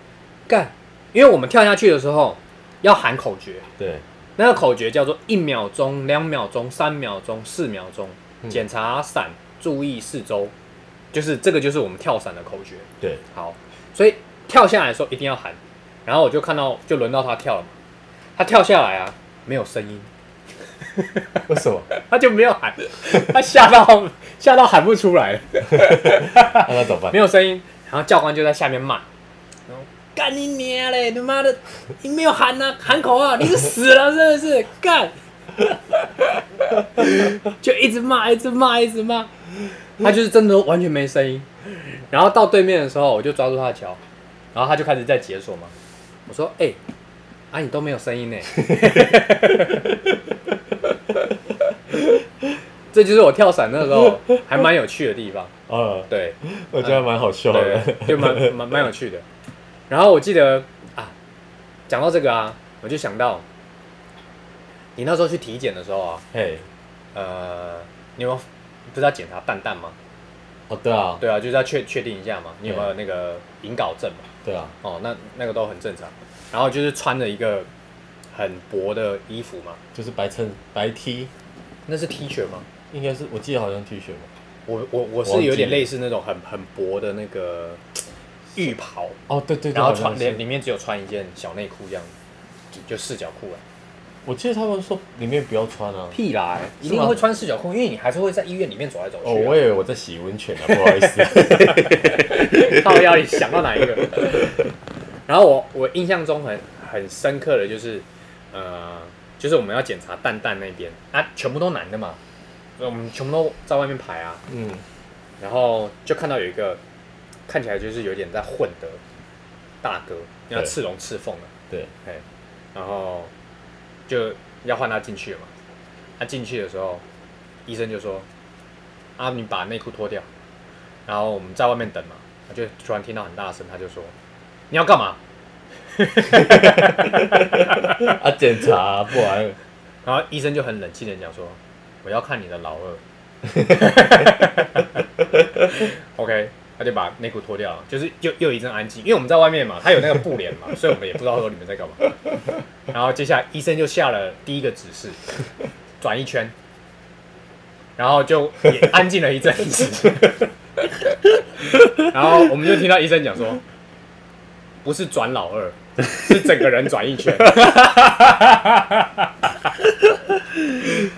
[SPEAKER 2] 干，因为我们跳下去的时候要喊口诀，
[SPEAKER 4] 对，
[SPEAKER 2] 那个口诀叫做一秒钟、两秒钟、三秒钟、四秒钟，
[SPEAKER 4] 嗯
[SPEAKER 2] 检查伞，注意四周，就是这个就是我们跳伞的口诀。
[SPEAKER 4] 对，
[SPEAKER 2] 好，所以跳下来的时候一定要喊，然后我就看到就轮到他跳了嘛，他跳下来啊，没有声音，
[SPEAKER 4] 为什么？ [laughs]
[SPEAKER 2] 他就没有喊，他吓到吓到喊不出来了，
[SPEAKER 4] 那、那怎么办？
[SPEAKER 2] 没有声音，然后教官就在下面骂，然后干你娘嘞，你妈的，你没有喊呐、喊口号，你是死了是不是？干， [laughs] 就一直骂，一直骂，一直骂，他就是真的完全没声音，然后到对面的时候，我就抓住他的脚，然后他就开始在解锁嘛，我说，哎、啊，你都没有声音呢。 [laughs] 这就是我跳伞那时候还蛮有趣的地方，
[SPEAKER 4] 呃，
[SPEAKER 2] 对，
[SPEAKER 4] 我觉得蛮好笑的。
[SPEAKER 2] 对， [laughs] 就蛮蛮蛮有趣的。然后我记得啊，讲到这个啊，我就想到你那时候去体检的时候啊，
[SPEAKER 4] 嘿，
[SPEAKER 2] 呃，你有没有不是要检查蛋蛋吗？
[SPEAKER 4] 哦，对啊，
[SPEAKER 2] 对啊，就是要确确定一下嘛，你有没有那个引睾症嘛？
[SPEAKER 4] 对啊，
[SPEAKER 2] 哦，那那个都很正常。然后就是穿着一个很薄的衣服嘛，
[SPEAKER 4] 就是白衬白 T，
[SPEAKER 2] 那是 T 恤吗？
[SPEAKER 4] 应该是我记得好像 T 恤嘛。
[SPEAKER 2] 我我我
[SPEAKER 4] 忘
[SPEAKER 2] 是
[SPEAKER 4] 记
[SPEAKER 2] 有点
[SPEAKER 4] 了
[SPEAKER 2] 类似那种很很薄的那个浴袍，
[SPEAKER 4] 哦，对对对，
[SPEAKER 2] 然后
[SPEAKER 4] 好像
[SPEAKER 2] 穿
[SPEAKER 4] 是
[SPEAKER 2] 里里面只有穿一件小内裤这样，就就四角裤啊。
[SPEAKER 4] 我记得他们说里面不要穿
[SPEAKER 2] [laughs]
[SPEAKER 4] 啊。
[SPEAKER 2] 屁啦，一
[SPEAKER 4] 是
[SPEAKER 2] 定
[SPEAKER 4] 吗
[SPEAKER 2] 会穿四角裤，因为你还是会在医院里面走来走去、啊。
[SPEAKER 4] 哦，我以为我在洗温泉啊，不好意思。
[SPEAKER 2] [laughs] 到底要想到哪一个？ [laughs] 然后我我印象中很很深刻的就是，呃，就是我们要检查蛋蛋那边啊，全部都男的嘛，我们全部都在外面排啊，
[SPEAKER 4] 嗯，
[SPEAKER 2] 然后就看到有一个看起来就是有点在混的大哥，要
[SPEAKER 4] 对
[SPEAKER 2] 刺龙刺凤的、
[SPEAKER 4] 对，
[SPEAKER 2] 哎，然后就要换他进去了嘛。他进去的时候，医生就说：“啊，你把内裤脱掉。”然后我们在外面等嘛，他就突然听到很大声，他就说：“你要干嘛
[SPEAKER 4] 啊，检查啊、不然？”
[SPEAKER 2] 然后医生就很冷静的讲说：“我要看你的老二。”OK，他 [laughs] 就把内裤脱掉了，就是又又一阵安静，因为我们在外面 [laughs] 嘛，他有那个布帘嘛，所以我们也不知道说你们在干嘛。然后接下来医生就下了第一个指示，转一圈，然后就也安静了一阵子。 [laughs] 然后我们就听到医生讲说，不是转老二，是整个人转一圈。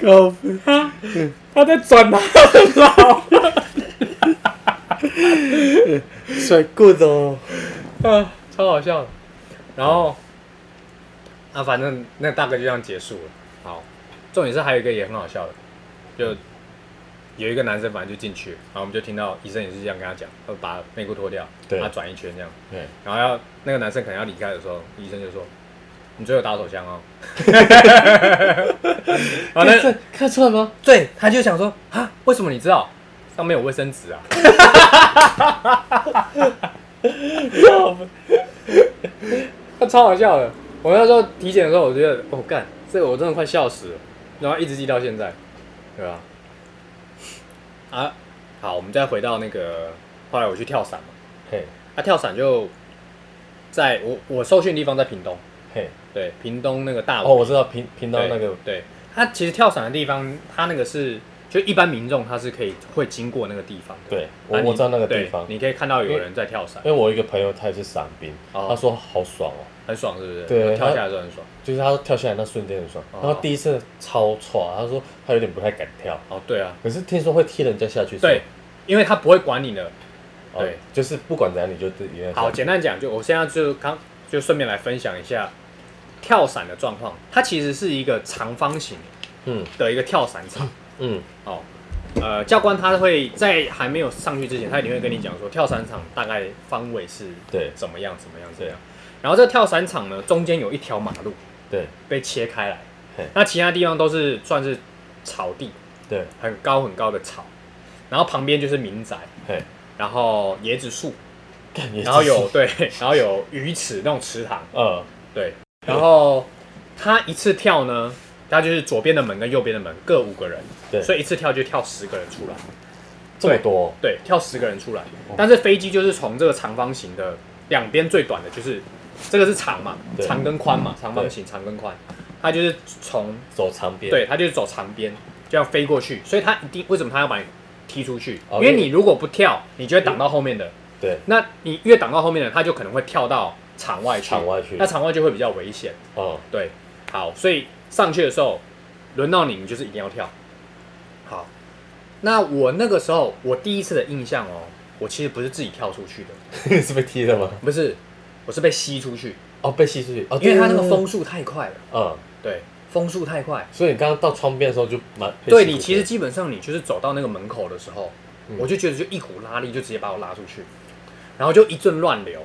[SPEAKER 5] 靠，
[SPEAKER 2] [laughs] 他在转他的老二
[SPEAKER 5] 帅 good 哦，
[SPEAKER 2] 啊， [laughs] 超好笑的。然后啊，反正那大概就这样结束了。好，重点是还有一个也很好笑的，就有一个男生反正就进去，然后我们就听到医生也是这样跟他讲，他把内裤脱掉，
[SPEAKER 3] 对
[SPEAKER 2] 他转一圈这样，
[SPEAKER 3] 对，
[SPEAKER 2] 然后要那个男生可能要离开的时候，医生就说：“你最后打手枪哦。” [laughs]
[SPEAKER 4] 啊
[SPEAKER 2] 然后那
[SPEAKER 3] 这看出来吗？
[SPEAKER 2] 对，他就想说啊，为什么你知道上面有卫生纸啊？ [laughs] 他超好笑的。我那时候体检的时候，我觉得哦干，这个我真的快笑死了，然后一直记到现在，对吧、啊？好，我们再回到那个后来我去跳伞嘛，
[SPEAKER 3] 嘿，
[SPEAKER 2] 啊，跳伞就在我我受训的地方在屏东，
[SPEAKER 3] 嘿，
[SPEAKER 2] 对，屏东那个大
[SPEAKER 3] 哦，我知道平平到那个，
[SPEAKER 2] 对，它其实跳伞的地方，它那个是就一般民众他是可以会经过那个地方的。
[SPEAKER 3] 对
[SPEAKER 2] 啊
[SPEAKER 3] 我
[SPEAKER 2] 你
[SPEAKER 3] 我知道那个地
[SPEAKER 2] 对
[SPEAKER 3] 方，因
[SPEAKER 2] 你可以看到有人在跳伞，
[SPEAKER 3] 为我有一个朋友他也是伞兵，
[SPEAKER 2] 哦
[SPEAKER 3] 他说好爽哦，
[SPEAKER 2] 很爽是不是？
[SPEAKER 3] 对
[SPEAKER 2] 跳下来的时候很爽。
[SPEAKER 3] 就是他跳下来那瞬间很爽，
[SPEAKER 2] 哦
[SPEAKER 3] 然后第一次超错，他说他有点不太敢跳，
[SPEAKER 2] 哦，对啊，
[SPEAKER 3] 可是听说会踢人家下去，
[SPEAKER 2] 对，因为他不会管你的。
[SPEAKER 3] 哦
[SPEAKER 2] 对，
[SPEAKER 3] 就是不管怎样你就自己
[SPEAKER 2] 好，简单讲，就我现在就刚就顺便来分享一下跳伞的状况。它其实是一个长方形
[SPEAKER 3] 嗯
[SPEAKER 2] 的一个跳伞场。
[SPEAKER 3] 嗯
[SPEAKER 2] 哦，呃，教官他会在还没有上去之前，他一定会跟你讲说，跳伞场大概方位是
[SPEAKER 3] 对
[SPEAKER 2] 怎么样怎么样怎么样。然后这跳伞场呢，中间有一条马路
[SPEAKER 3] 对
[SPEAKER 2] 被切开来
[SPEAKER 3] 嘿，
[SPEAKER 2] 那其他地方都是算是草地，
[SPEAKER 3] 对，
[SPEAKER 2] 很高很高的草，然后旁边就是民宅，
[SPEAKER 3] 嘿， [laughs]
[SPEAKER 2] 然后椰子树，
[SPEAKER 3] 干也
[SPEAKER 2] 然后
[SPEAKER 3] 只是 [laughs]
[SPEAKER 2] 有 [laughs] 对，然后有鱼池那种池塘，
[SPEAKER 3] 呃
[SPEAKER 2] 对，然后他一次跳呢，他就是左边的门跟右边的门各五个人，
[SPEAKER 3] 对
[SPEAKER 2] 所以一次跳就跳十个人出来。
[SPEAKER 3] 这么多，
[SPEAKER 2] 对，跳十个人出来。
[SPEAKER 3] 哦
[SPEAKER 2] 但是飞机就是从这个长方形的两边最短的，就是这个是长嘛，
[SPEAKER 3] 对嗯
[SPEAKER 2] 长跟宽嘛，长方形长跟宽，它就是从
[SPEAKER 3] 走长边，
[SPEAKER 2] 对，它就是走长边这样飞过去，所以它一定为什么它要把你踢出去？
[SPEAKER 3] 哦
[SPEAKER 2] 因为
[SPEAKER 3] 因为
[SPEAKER 2] 你如果不跳，你就会挡到后面的，
[SPEAKER 3] 对，
[SPEAKER 2] 那你越挡到后面的，它就可能会跳到场外去，
[SPEAKER 3] 场外去
[SPEAKER 2] 那场外就会比较危险。
[SPEAKER 3] 哦 [laughs]
[SPEAKER 2] 对，好，所以上去的时候，轮到你，你就是一定要跳。好，那我那个时候，我第一次的印象哦，我其实不是自己跳出去的，
[SPEAKER 3] 是被踢的吗？
[SPEAKER 2] 不是，我是被吸出去，
[SPEAKER 3] 哦，被吸出去，哦，
[SPEAKER 2] 嗯因为它那
[SPEAKER 3] 对
[SPEAKER 2] 个风，速太快了，
[SPEAKER 3] 嗯，
[SPEAKER 2] 对，风速太快，
[SPEAKER 3] 所以你刚刚到窗边的时候就蛮，被
[SPEAKER 2] 对
[SPEAKER 3] 吸
[SPEAKER 2] 你
[SPEAKER 3] 出
[SPEAKER 2] 其
[SPEAKER 3] 去
[SPEAKER 2] 实基本上你就是走到那个门口的时候，
[SPEAKER 3] 嗯
[SPEAKER 2] 我就觉得就一股拉力就直接把我拉出去，然后就一阵乱流，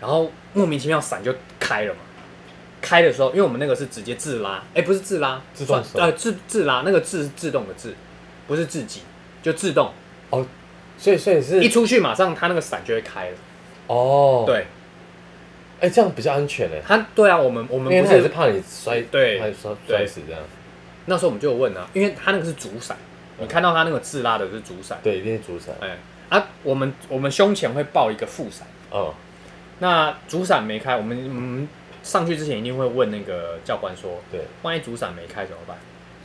[SPEAKER 2] 然后莫名其妙伞就开了嘛。开的时候，因为我们那个是直接自拉，哎、不是自拉，
[SPEAKER 3] 自
[SPEAKER 2] 算
[SPEAKER 3] 动手
[SPEAKER 2] 呃自自拉，那个自是自动的自，不是自己，就自动
[SPEAKER 3] 哦，所以所以是
[SPEAKER 2] 一出去马上它那个伞就会开了。
[SPEAKER 3] 哦，，
[SPEAKER 2] 对，
[SPEAKER 3] 哎，这样比较安全哎，
[SPEAKER 2] 它对啊，我们我
[SPEAKER 3] 因
[SPEAKER 2] 们
[SPEAKER 3] 为
[SPEAKER 2] 不
[SPEAKER 3] 他也是
[SPEAKER 2] 是
[SPEAKER 3] 怕你摔，
[SPEAKER 2] 对
[SPEAKER 3] 怕你摔
[SPEAKER 2] 对
[SPEAKER 3] 摔死这样，
[SPEAKER 2] 那时候我们就有问啊，因为它那个是主伞，你看到它那个自拉的是主伞，
[SPEAKER 3] 对，一定是主伞，
[SPEAKER 2] 哎、啊，我们我们胸前会抱一个副伞。
[SPEAKER 3] 哦，
[SPEAKER 2] 那主伞没开，我们我们上去之前一定会问那个教官说，
[SPEAKER 3] 对，
[SPEAKER 2] 万一主伞没开怎么办？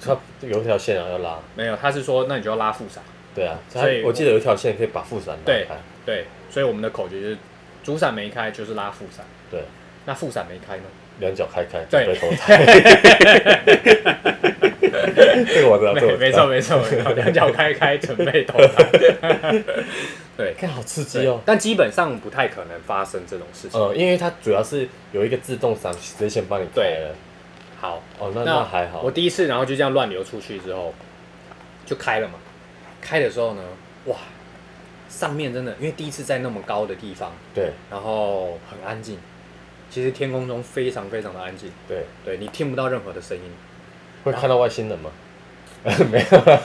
[SPEAKER 3] 它有一条线啊要拉，
[SPEAKER 2] 没有，他是说那你就要拉副伞。
[SPEAKER 3] 对啊，它
[SPEAKER 2] 所以
[SPEAKER 3] 我记得有一条线可以把副伞拉
[SPEAKER 2] 对
[SPEAKER 3] 开，
[SPEAKER 2] 对，所以我们的口诀就是主伞没开就是拉副伞。
[SPEAKER 3] 对，
[SPEAKER 2] 那副伞没开呢？
[SPEAKER 3] 两脚开开，
[SPEAKER 2] 对
[SPEAKER 3] 准备投
[SPEAKER 2] [laughs]
[SPEAKER 3] 胎，这个我知哦道，这个
[SPEAKER 2] 没
[SPEAKER 3] 我知
[SPEAKER 2] 没错，
[SPEAKER 3] 道
[SPEAKER 2] 没错，没错，两脚开开准备投
[SPEAKER 3] [laughs]
[SPEAKER 2] 胎。对，
[SPEAKER 3] 看好刺激
[SPEAKER 2] 对
[SPEAKER 3] 哦。
[SPEAKER 2] 但基本上不太可能发生这种事情。
[SPEAKER 3] 呃，因为它主要是有一个自动伞直接先帮你开了。
[SPEAKER 2] 好，
[SPEAKER 3] 哦，那那还好
[SPEAKER 2] 我。第一次，然后就这样乱流出去之后，就开了嘛。开的时候呢，哇，上面真的，因为第一次在那么高的地方，
[SPEAKER 3] 对
[SPEAKER 2] 然后很安静。其实天空中非常非常的安静，
[SPEAKER 3] 对，
[SPEAKER 2] 对你听不到任何的声音。
[SPEAKER 3] 会看到外星人吗？没有啦。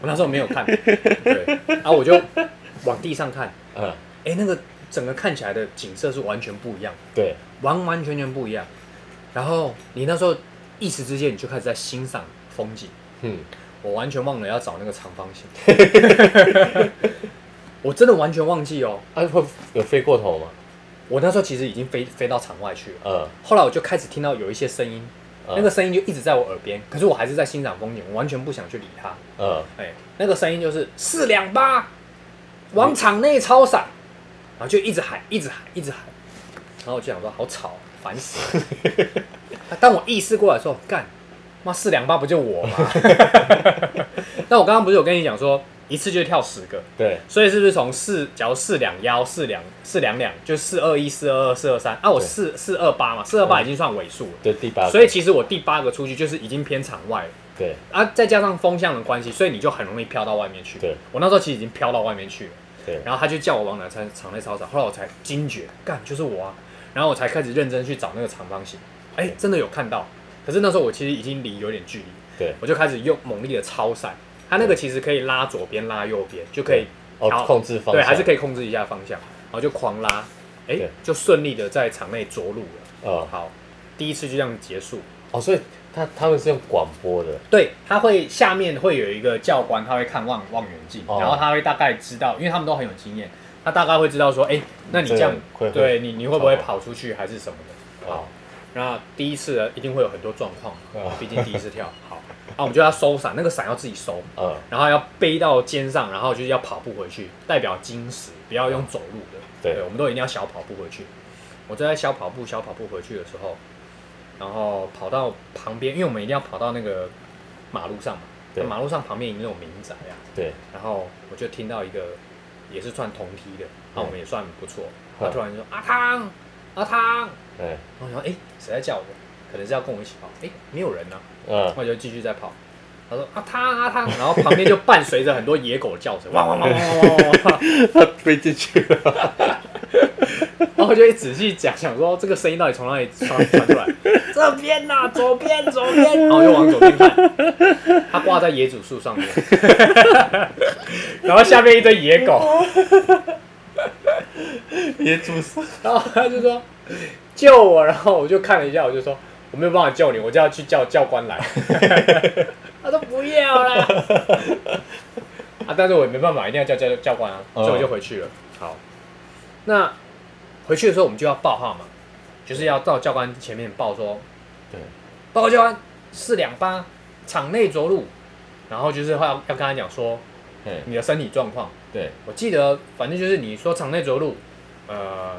[SPEAKER 2] 我那时候没有看，对，然后我就往地上看，
[SPEAKER 3] 嗯，
[SPEAKER 2] 哎，那个整个看起来的景色是完全不一样，
[SPEAKER 3] 对
[SPEAKER 2] 完完全全不一样。然后你那时候一时之间你就开始在欣赏风景，
[SPEAKER 3] 嗯，
[SPEAKER 2] 我完全忘了要找那个长方形， [laughs] 我真的完全忘记哦。
[SPEAKER 3] 啊，会有飞过头吗？
[SPEAKER 2] 我那时候其实已经飞飞到场外去了，
[SPEAKER 3] 嗯，
[SPEAKER 2] 后来我就开始听到有一些声音，
[SPEAKER 3] 嗯
[SPEAKER 2] 那个声音就一直在我耳边，可是我还是在欣赏风景，我完全不想去理它。
[SPEAKER 3] 嗯，
[SPEAKER 2] 哎，那个声音就是四两八，往场内超闪，然后就一直喊，一直喊，一直喊，然后我就想说好吵，烦死了。啊当我意识过来的时候，干，妈四两八不就我吗？ [laughs] 那我刚刚不是有跟你讲说，一次就跳十个，
[SPEAKER 3] 对，
[SPEAKER 2] 所以是不是从四，假如四两幺、四两四两两，就四二一、四二二、四二三啊？我四四二八嘛，四二八已经算尾数了，
[SPEAKER 3] 就第八个，
[SPEAKER 2] 所以其实我第八个出去就是已经偏场外了。
[SPEAKER 3] 对
[SPEAKER 2] 啊，再加上风向的关系，所以你就很容易飘到外面去。
[SPEAKER 3] 对，
[SPEAKER 2] 我那时候其实已经飘到外面去了。
[SPEAKER 3] 对
[SPEAKER 2] 然后他就叫我往哪场场内操场，后来我才惊觉，干就是我啊，然后我才开始认真去找那个长方形，哎、真的有看到，可是那时候我其实已经离有点距离，
[SPEAKER 3] 对，
[SPEAKER 2] 我就开始用猛力的超闪，它那个其实可以拉左边拉右边，就可以
[SPEAKER 3] 嗯哦
[SPEAKER 2] 调
[SPEAKER 3] 控制方
[SPEAKER 2] 对，
[SPEAKER 3] 向
[SPEAKER 2] 还是可以控制一下方向，然后就狂拉，哎、
[SPEAKER 3] 对
[SPEAKER 2] 就顺利的在场内着陆了。
[SPEAKER 3] 呃，
[SPEAKER 2] 好，第一次就这样结束，
[SPEAKER 3] 哦，所以他他们是用广播的，
[SPEAKER 2] 对，他会下面会有一个教官，他会看望望远镜，
[SPEAKER 3] 哦
[SPEAKER 2] 然后他会大概知道，因为他们都很有经验，他大概会知道说，哎，那你这样，
[SPEAKER 3] 嗯这个会
[SPEAKER 2] 对你你会不会
[SPEAKER 3] 跑跑
[SPEAKER 2] 跑出去还是什么的？
[SPEAKER 3] 哦
[SPEAKER 2] 好，那第一次呢一定会有很多状况
[SPEAKER 3] 哦，
[SPEAKER 2] 毕竟第一次跳。 [laughs] 好，啊，我们就要收伞，那个伞要自己收，
[SPEAKER 3] 呃，
[SPEAKER 2] 然后要背到肩上，然后就是要跑步回去，代表金石，不要用走路的。
[SPEAKER 3] 对
[SPEAKER 2] 我们都一定要小跑步回去。我正在小跑步、小跑步回去的时候，然后跑到旁边，因为我们一定要跑到那个马路上嘛。
[SPEAKER 3] 对
[SPEAKER 2] 那马路上旁边有那种民宅啊，
[SPEAKER 3] 对，
[SPEAKER 2] 然后我就听到一个也是算同梯的，那
[SPEAKER 3] 嗯
[SPEAKER 2] 我们也算不错。
[SPEAKER 3] 嗯
[SPEAKER 2] 他突然就说：“阿汤，阿汤。
[SPEAKER 3] 哎，”
[SPEAKER 2] 然后我想说：“哎，谁在叫我？可能是要跟我一起跑。哎，没有人呢、 [laughs]
[SPEAKER 3] 嗯，
[SPEAKER 2] 我就继续在跑。他说啊汤啊汤，然后旁边就伴随着很多野狗的叫声，汪汪汪汪汪汪汪汪。
[SPEAKER 3] 他飞进去了，
[SPEAKER 2] 然后我就一仔细讲，想说这个声音到底从哪里传传出来？这边呐、左边，左边。然后我就往左边看，它挂在野主树上面， [laughs] 然后下面一堆野狗，
[SPEAKER 3] 野猪是
[SPEAKER 2] 然后他就说救我，然后我就看了一下，我就说我没有办法救你，我就要去叫教官来。 [laughs] 他说不要啦， [laughs] 啊，但是我也没办法，一定要叫教教官啊，所以我就回去了。
[SPEAKER 3] 嗯好，
[SPEAKER 2] 那回去的时候，我们就要报号嘛，就是要到教官前面报说，
[SPEAKER 3] 对，
[SPEAKER 2] 报告教官，四两八，场内着陆，然后就是要要跟他讲说
[SPEAKER 3] 嗯，
[SPEAKER 2] 你的身体状况。
[SPEAKER 3] 对，
[SPEAKER 2] 我记得反正就是你说场内着陆，呃，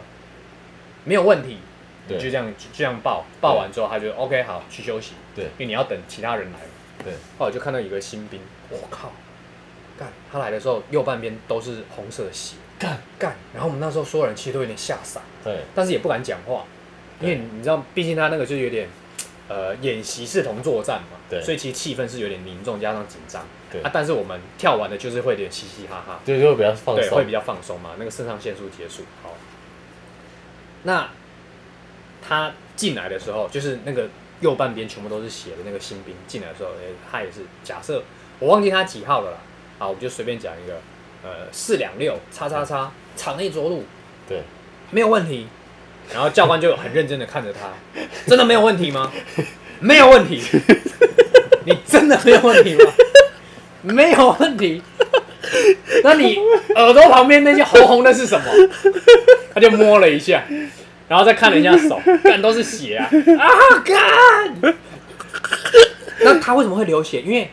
[SPEAKER 2] 没有问题，
[SPEAKER 3] 对
[SPEAKER 2] 你就这样就这样报，报完之后他就 OK 好去休息，
[SPEAKER 3] 对
[SPEAKER 2] 因为你要等其他人来嘛。
[SPEAKER 3] 对，
[SPEAKER 2] 后来我就看到有个新兵，我靠，干他来的时候右半边都是红色的血，
[SPEAKER 3] 干
[SPEAKER 2] 干，然后我们那时候所有人其实都有点吓傻，
[SPEAKER 3] 对，
[SPEAKER 2] 但是也不敢讲话，因为你知道，毕竟他那个就是有点，呃，演习视同作战嘛，
[SPEAKER 3] 对
[SPEAKER 2] 所以其实气氛是有点凝重加上紧张，
[SPEAKER 3] 对
[SPEAKER 2] 啊，但是我们跳完的就是会有点嘻嘻哈哈，
[SPEAKER 3] 对，就会比较放
[SPEAKER 2] 对，会
[SPEAKER 3] 松
[SPEAKER 2] 比，较放松嘛，那个肾上腺素结束，好，那他进来的时候，就是那个右半边全部都是血的那个新兵进来的时候，诶他也是假设我忘记他几号了啦，好，我就随便讲一个，呃，四两六叉叉叉场内着陆，
[SPEAKER 3] 对，
[SPEAKER 2] 没有问题。然后教官就很认真的看着他，真的没有问题吗？没有问题，你真的没有问题吗？没有问题。那你耳朵旁边那些红红的是什么？他就摸了一下，然后再看了一下手，干都是血啊！啊，干！那他为什么会流血？因为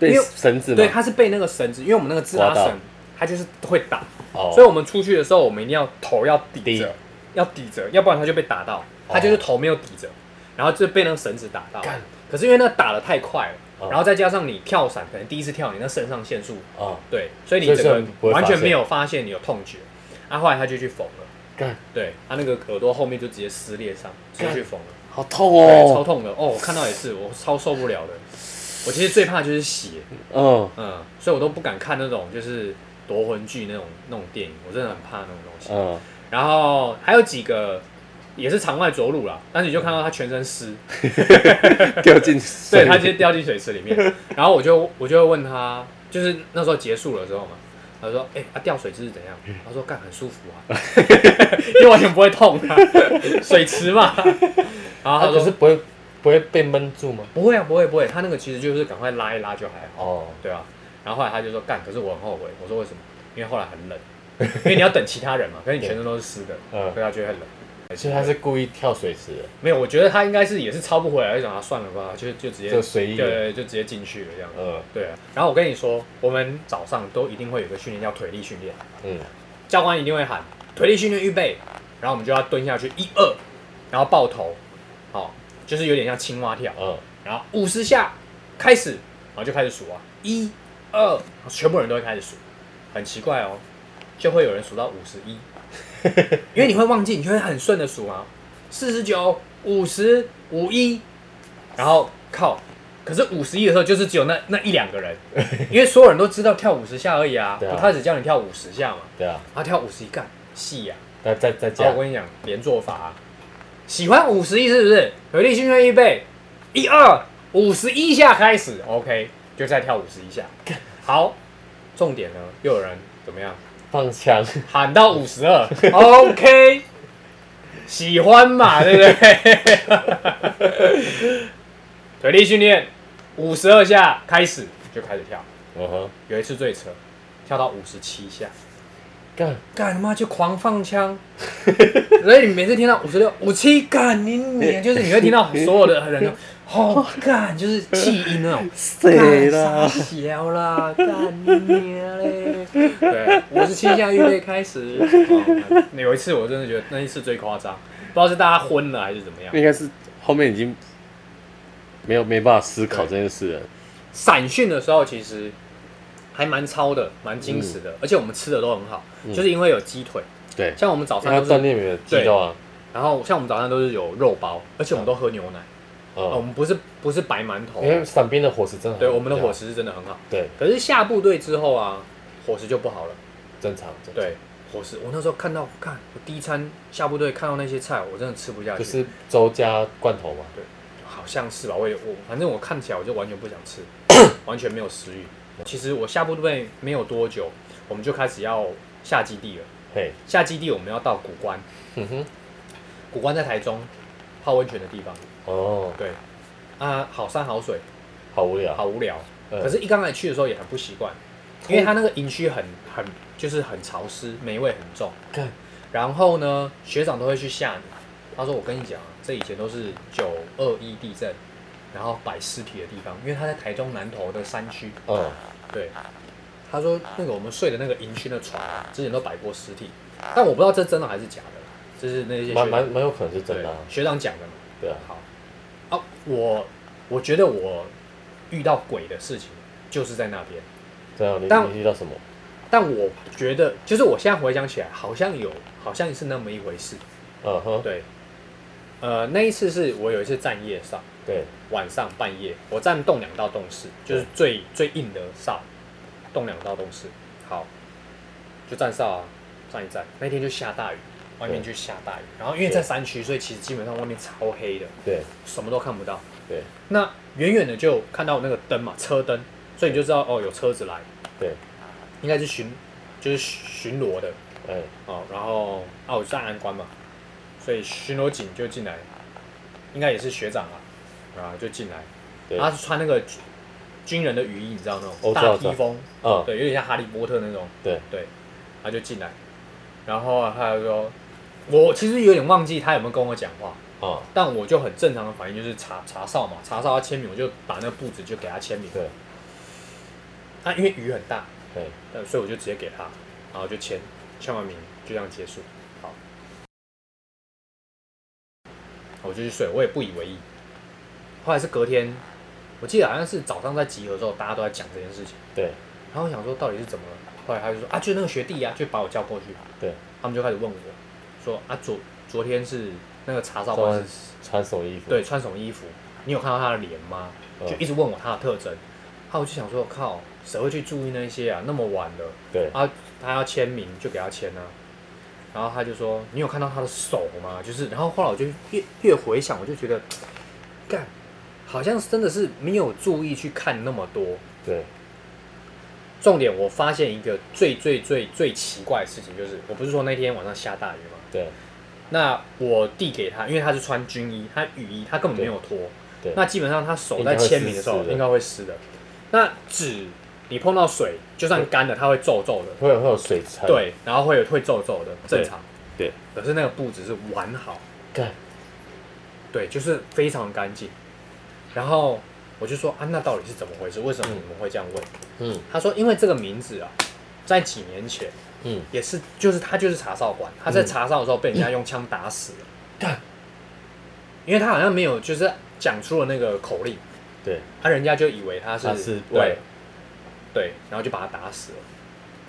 [SPEAKER 3] 被
[SPEAKER 2] 因为
[SPEAKER 3] 绳子
[SPEAKER 2] 对，
[SPEAKER 3] 嘛，
[SPEAKER 2] 他是被那个绳子，因为我们那个自拉
[SPEAKER 3] 刮到
[SPEAKER 2] 绳，它就是会打，
[SPEAKER 3] 哦，
[SPEAKER 2] 所以我们出去的时候，我们一定要头要抵
[SPEAKER 3] 低
[SPEAKER 2] 着，要抵着，要不然他就被打到。他就是头没有抵着，然后就被那个绳子打到
[SPEAKER 3] 哦干。
[SPEAKER 2] 可是因为那打的太快了
[SPEAKER 3] 哦，
[SPEAKER 2] 然后再加上你跳伞，可能第一次跳，你那肾上腺素
[SPEAKER 3] 啊，
[SPEAKER 2] 对，所以你
[SPEAKER 3] 所以
[SPEAKER 2] 整
[SPEAKER 3] 是
[SPEAKER 2] 个
[SPEAKER 3] 很不会发
[SPEAKER 2] 完全
[SPEAKER 3] 现
[SPEAKER 2] 没有发现你有痛觉。啊，后来他就去缝了，
[SPEAKER 3] 干，
[SPEAKER 2] 对他那个耳朵后面就直接撕裂伤，直接去缝了，
[SPEAKER 3] 好痛
[SPEAKER 2] 对超
[SPEAKER 3] 哦，
[SPEAKER 2] 痛的哦，我看到也是，我超受不了的。我其实最怕就是血，
[SPEAKER 3] 嗯，
[SPEAKER 2] 嗯，所以我都不敢看那种就是夺魂剧那种那种电影，我真的很怕那种东西。
[SPEAKER 3] 嗯，
[SPEAKER 2] 然后还有几个也是场外着陆啦，但是你就看到他全身
[SPEAKER 3] [laughs]
[SPEAKER 2] 湿，
[SPEAKER 3] 掉进
[SPEAKER 2] [laughs] 对
[SPEAKER 3] 水
[SPEAKER 2] 他直接
[SPEAKER 3] 里，
[SPEAKER 2] 掉进水池里面。然后我就我就会问他，就是那时候结束了之后嘛，他说：“哎、啊掉水池是怎样？”他说：“干很舒服啊， [laughs] 因为完全不会痛啊， [laughs] 水池
[SPEAKER 3] [laughs]
[SPEAKER 2] 嘛。”然后
[SPEAKER 3] 啊，
[SPEAKER 2] 他
[SPEAKER 3] 可
[SPEAKER 2] 说：“
[SPEAKER 3] 是不会不会被闷住吗？
[SPEAKER 2] 不会啊，不会不会，他那个其实就是赶快拉一拉就还好。”
[SPEAKER 3] 哦，
[SPEAKER 2] 对啊，然后后来他就说干，可是我很后悔。我说为什么？因为后来很冷，因为你要等其他人嘛，可是你全身都是湿的，
[SPEAKER 3] [laughs] 嗯
[SPEAKER 2] 所以他觉得很冷。
[SPEAKER 4] 其实他是故意跳水池的，
[SPEAKER 2] 没有，我觉得他应该是也是抄不回来，就想啊算了吧，就就直接
[SPEAKER 4] 就随意
[SPEAKER 2] 对，就直接进去了这样。
[SPEAKER 4] 嗯
[SPEAKER 2] 对啊，然后我跟你说，我们早上都一定会有个训练叫腿力训练，
[SPEAKER 4] 嗯，
[SPEAKER 2] 教官一定会喊腿力训练预备，然后我们就要蹲下去一二，然后抱头，好、就是有点像青蛙跳，
[SPEAKER 4] 嗯，
[SPEAKER 2] 然后五十下开始，然后就开始数啊，一二，全部人都会开始数，很奇怪哦，就会有人数到五十
[SPEAKER 4] [laughs]
[SPEAKER 2] 一，因为你会忘记，你就会很顺的数啊，四十九、五十、五一，然后靠，可是五十一的时候就是只有那那一两
[SPEAKER 4] [laughs]
[SPEAKER 2] 个人，因为所有人都知道跳五十下而已啊，
[SPEAKER 4] 对啊
[SPEAKER 2] 他只叫你跳五十下嘛，
[SPEAKER 4] 对啊，
[SPEAKER 2] 他跳五十一干细啊呀、
[SPEAKER 4] 那再再
[SPEAKER 2] 好，
[SPEAKER 4] 加
[SPEAKER 2] 哦我，跟你讲，连坐法、啊，喜欢五十一是不是？回力训练预备，一二五十一下开始，OK，就再跳五十一下。好，重点呢，又有人怎么样
[SPEAKER 4] 放枪，
[SPEAKER 2] 喊到五十二，OK，喜欢嘛，对不对？腿力训练五十二下开始就开始跳，
[SPEAKER 4] 嗯哼，
[SPEAKER 2] 有一次最扯，跳到五十七下。
[SPEAKER 4] 干，
[SPEAKER 2] 干他妈就狂放枪， [laughs] 所以你每次听到五十六、五七，干你你
[SPEAKER 3] [laughs]
[SPEAKER 2] 就是你会听到所有的人，好干就是气音那
[SPEAKER 3] [laughs]
[SPEAKER 2] 种，
[SPEAKER 4] 谁
[SPEAKER 2] 干傻小啦，干你娘嘞！对，五十七下预备开始。哦那有一次我真的觉得那一次最夸张，不知道是大家昏了还是怎么样。
[SPEAKER 3] 应该是后面已经没有没办法思考这件事了。
[SPEAKER 2] 散训的时候其实还蛮超的，蛮矜持
[SPEAKER 3] 嗯
[SPEAKER 2] 的，而且我们吃的都很好，就是因为有鸡腿，
[SPEAKER 3] 对，
[SPEAKER 2] 像我们早
[SPEAKER 3] 因
[SPEAKER 2] 餐
[SPEAKER 3] 为
[SPEAKER 2] 都
[SPEAKER 3] 他
[SPEAKER 2] 是
[SPEAKER 3] 嗯锻炼没有肌肉啊，
[SPEAKER 2] 然后像我们早上都是有肉包，而且我们都喝牛奶，呃我
[SPEAKER 4] 嗯，
[SPEAKER 2] 们不是不是白馒头
[SPEAKER 4] 因，为伞兵的伙食真的很
[SPEAKER 2] 对，我们的
[SPEAKER 4] 对啊
[SPEAKER 2] 伙食是真的很好。
[SPEAKER 4] 对
[SPEAKER 2] 可是下部队之后啊，伙食就不好了。
[SPEAKER 4] 正常，正常，
[SPEAKER 2] 对，伙食，我那时候看到，看我第一餐下部队看到那些菜，我真的吃不下去，
[SPEAKER 4] 就是粥加罐头嘛，
[SPEAKER 2] 好像是吧？我也我反正我看起来我就完全不想
[SPEAKER 4] [laughs]
[SPEAKER 2] 吃，完全没有食欲。其实我下部队没有多久，我们就开始要下基地了。
[SPEAKER 4] 嘿，
[SPEAKER 2] 下基地我们要到古关，
[SPEAKER 4] 嗯哼，
[SPEAKER 2] 古关在台中，泡温泉的地方。
[SPEAKER 4] 哦，
[SPEAKER 2] 对，啊，好山好水，
[SPEAKER 4] 好无聊，
[SPEAKER 2] 好无聊。
[SPEAKER 4] 嗯
[SPEAKER 2] 可是，一刚开始去的时候也很不习惯，因为它那个营区很很就是很潮湿，霉味很重
[SPEAKER 4] 干。
[SPEAKER 2] 然后呢，学长都会去吓你。他说：“我跟你讲啊，这以前都是九二一地震，然后摆尸体的地方，因为他在台中南投的山区。
[SPEAKER 4] 嗯，
[SPEAKER 2] 对，他说那个我们睡的那个营区的床啊，之前都摆过尸体，但我不知道这真的还是假的啦，就是那些学
[SPEAKER 4] 蛮蛮
[SPEAKER 2] 长
[SPEAKER 4] 蛮有可能是真
[SPEAKER 2] 对
[SPEAKER 4] 的啊，
[SPEAKER 2] 学长讲的嘛。
[SPEAKER 4] 对啊，
[SPEAKER 2] 好啊，我我觉得我遇到鬼的事情就是在那边，
[SPEAKER 4] 这样
[SPEAKER 2] 但
[SPEAKER 4] 啊你你遇到什么？
[SPEAKER 2] 但我觉得就是我现在回想起来，好像有，好像是那么一回事。
[SPEAKER 4] 嗯哼，
[SPEAKER 2] 对，呃，那一次是我有一次站夜哨，
[SPEAKER 4] 对，
[SPEAKER 2] 晚上半夜，我站栋梁到栋四，就是最最硬的哨，栋梁到栋四，好，就站哨啊，站一站。那天就下大雨，外面就下大雨，然后因为在山区，所以其实基本上外面超黑的，
[SPEAKER 4] 对，
[SPEAKER 2] 什么都看不到。
[SPEAKER 4] 对，
[SPEAKER 2] 那远远的就看到那个灯嘛，车灯，所以你就知道哦，有车子来。
[SPEAKER 4] 对，
[SPEAKER 2] 应该是巡，就是巡逻的
[SPEAKER 4] 哎，
[SPEAKER 2] 哦。然后啊，我就在安关嘛，所以巡逻警就进来，应该也是学长啊，啊就进来，
[SPEAKER 4] 对
[SPEAKER 2] 他是穿那个军军人的雨衣，你知道那种、
[SPEAKER 4] 哦知
[SPEAKER 2] 大
[SPEAKER 4] 道知
[SPEAKER 2] 披
[SPEAKER 4] 道
[SPEAKER 2] 风，
[SPEAKER 4] 嗯，
[SPEAKER 2] 对，有点像哈利波特那种。
[SPEAKER 4] 对
[SPEAKER 2] 对，他就进来，然后啊他就说，我其实有点忘记他有没有跟我讲话，
[SPEAKER 4] 啊，
[SPEAKER 2] 但我就很正常的反应就是查查哨嘛，查哨要签名，我就把那个布子就给他签名。
[SPEAKER 4] 对，
[SPEAKER 2] 啊，因为雨很大，
[SPEAKER 4] 对，
[SPEAKER 2] 呃，所以我就直接给他，然后就签签完名，就这样结束。好，我就去睡，我也不以为意。后来是隔天，我记得好像是早上在集合的时候，大家都在讲这件事情。
[SPEAKER 4] 对，
[SPEAKER 2] 然后我想说到底是怎么了，后来他就说啊，就那个学弟呀、啊，就把我叫过去。
[SPEAKER 4] 对，
[SPEAKER 2] 他们就开始问我，说啊，昨昨天是那个查哨官
[SPEAKER 4] 穿
[SPEAKER 2] 是
[SPEAKER 4] 穿什么衣服？
[SPEAKER 2] 对，穿什么衣服？你有看到他的脸吗？
[SPEAKER 4] 嗯
[SPEAKER 2] 就一直问我他的特征。啊，我就想说，靠，谁会去注意那些啊？那么晚了，
[SPEAKER 4] 对，
[SPEAKER 2] 啊，他要签名就给他签啊。然后他就说：“你有看到他的手吗？”就是，然后后来我就越越回想，我就觉得，干，好像真的是没有注意去看那么多。
[SPEAKER 4] 对，
[SPEAKER 2] 重点，我发现一个最最最最奇怪的事情，就是我不是说那天晚上下大雨吗？
[SPEAKER 4] 对，
[SPEAKER 2] 那我递给他，因为他是穿军衣，他雨衣他根本没有脱
[SPEAKER 4] 对对。
[SPEAKER 2] 那基本上他手在签名的时候应
[SPEAKER 4] 应
[SPEAKER 2] 该会湿的。那纸你碰到水，就算干了，它会皱皱的。
[SPEAKER 4] 会有会有水层，
[SPEAKER 2] 嗯对，然后会有会皱皱的，正常。
[SPEAKER 4] 对，
[SPEAKER 2] 可是那个布只是完好，
[SPEAKER 3] 干，
[SPEAKER 2] 对，就是非常干净。然后我就说啊，那到底是怎么回事？为什么你们会这样问？
[SPEAKER 3] 嗯
[SPEAKER 2] 他说，因为这个名字啊，在几年前
[SPEAKER 3] 嗯，
[SPEAKER 2] 也是，就是他就是查哨官，他在查哨的时候被人家用枪打死了。嗯
[SPEAKER 3] 干
[SPEAKER 2] 因为他好像没有就是讲出了那个口令，
[SPEAKER 3] 对，
[SPEAKER 2] 啊，人家就以为他是
[SPEAKER 3] 他是
[SPEAKER 2] 对对，然后就把他打死了。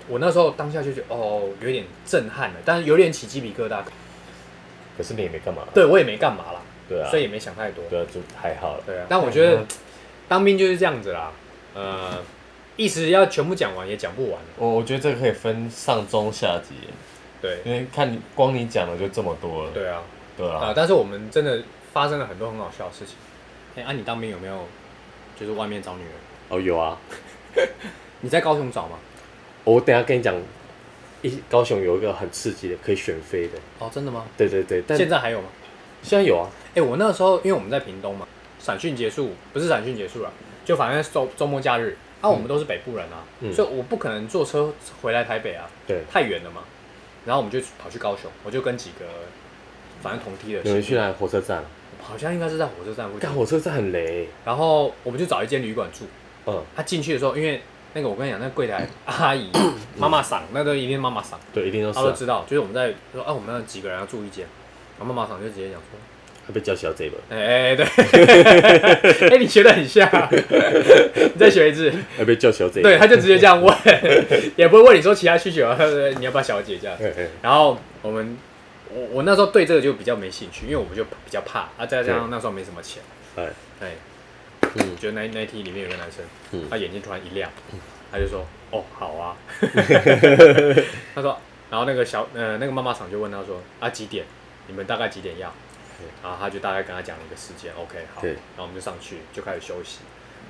[SPEAKER 2] 我那时候当下就觉得哦，有点震撼了，但是有点起鸡皮疙瘩。
[SPEAKER 3] 可是你也没干嘛，
[SPEAKER 2] 对我也没干嘛啦，
[SPEAKER 3] 对啊，
[SPEAKER 2] 所以也没想太多。
[SPEAKER 3] 对啊，就还好了，
[SPEAKER 2] 对啊，但我觉得当兵就是这样子啦，呃，一时要全部讲完也讲不完。
[SPEAKER 4] 我我觉得这个可以分上中下集，
[SPEAKER 2] 对
[SPEAKER 4] 因为看你光你讲的就这么多了，
[SPEAKER 2] 对啊，
[SPEAKER 4] 对
[SPEAKER 2] 啊、
[SPEAKER 4] 啊，
[SPEAKER 2] 但是我们真的发生了很多很好笑的事情。哎、啊，你当兵有没有就是外面找女人？
[SPEAKER 3] 哦有啊，
[SPEAKER 2] 你在高雄找吗？
[SPEAKER 3] 我等一下跟你讲，一高雄有一个很刺激的，可以选飞的，
[SPEAKER 2] 哦，真的吗？
[SPEAKER 3] 对对对，但
[SPEAKER 2] 现在还有吗？
[SPEAKER 3] 现在有啊，
[SPEAKER 2] 哎、我那时候因为我们在屏东嘛，散训结束不是散训结束了，就反正周周末假日啊，我们都是北部人啊，
[SPEAKER 3] 嗯
[SPEAKER 2] 所以我不可能坐车回来台北啊，
[SPEAKER 3] 对，
[SPEAKER 2] 太远了嘛。然后我们就跑去高雄，我就跟几个反正同梯的，
[SPEAKER 3] 你们去哪里火车站啊？
[SPEAKER 2] 好像应该是在火车站附近
[SPEAKER 3] 干，火车站很雷，
[SPEAKER 2] 然后我们就找一间旅馆住。
[SPEAKER 3] 嗯，
[SPEAKER 2] 他、进去的时候，因为那个我跟你讲，那柜台阿姨妈妈桑，那都一定是妈妈桑，
[SPEAKER 3] 对，一定都
[SPEAKER 2] 她都
[SPEAKER 3] 是啊，
[SPEAKER 2] 知道，就是我们在说啊，我们要几个人要住一间，然后妈妈桑就直接讲说。
[SPEAKER 3] 会被叫小姐吧，
[SPEAKER 2] 哎、哎对， [laughs] 哎、你学的很像， [laughs] 你再学一次。
[SPEAKER 3] 会被叫小姐，
[SPEAKER 2] 对，他就直接这样问， [laughs] 也不会问你说其他需求，他说哎你要不要小姐这样。
[SPEAKER 3] 嘿嘿，
[SPEAKER 2] 然后我们，我我那时候对这个就比较没兴趣，因为我们就比较怕啊，再加上那时候没什么钱，
[SPEAKER 3] 哎，
[SPEAKER 2] 哎，
[SPEAKER 3] 嗯
[SPEAKER 2] 我觉得那那一梯里面有个男生，
[SPEAKER 3] 嗯
[SPEAKER 2] 他眼睛突然一亮，他就说：“哦，好啊。”他说，然后那个小呃那个妈妈厂就问他说：“啊几点？你们大概几点要？”然后他就大概跟他讲了一个时间，OK，好，
[SPEAKER 3] 对
[SPEAKER 2] 然后我们就上去就开始休息，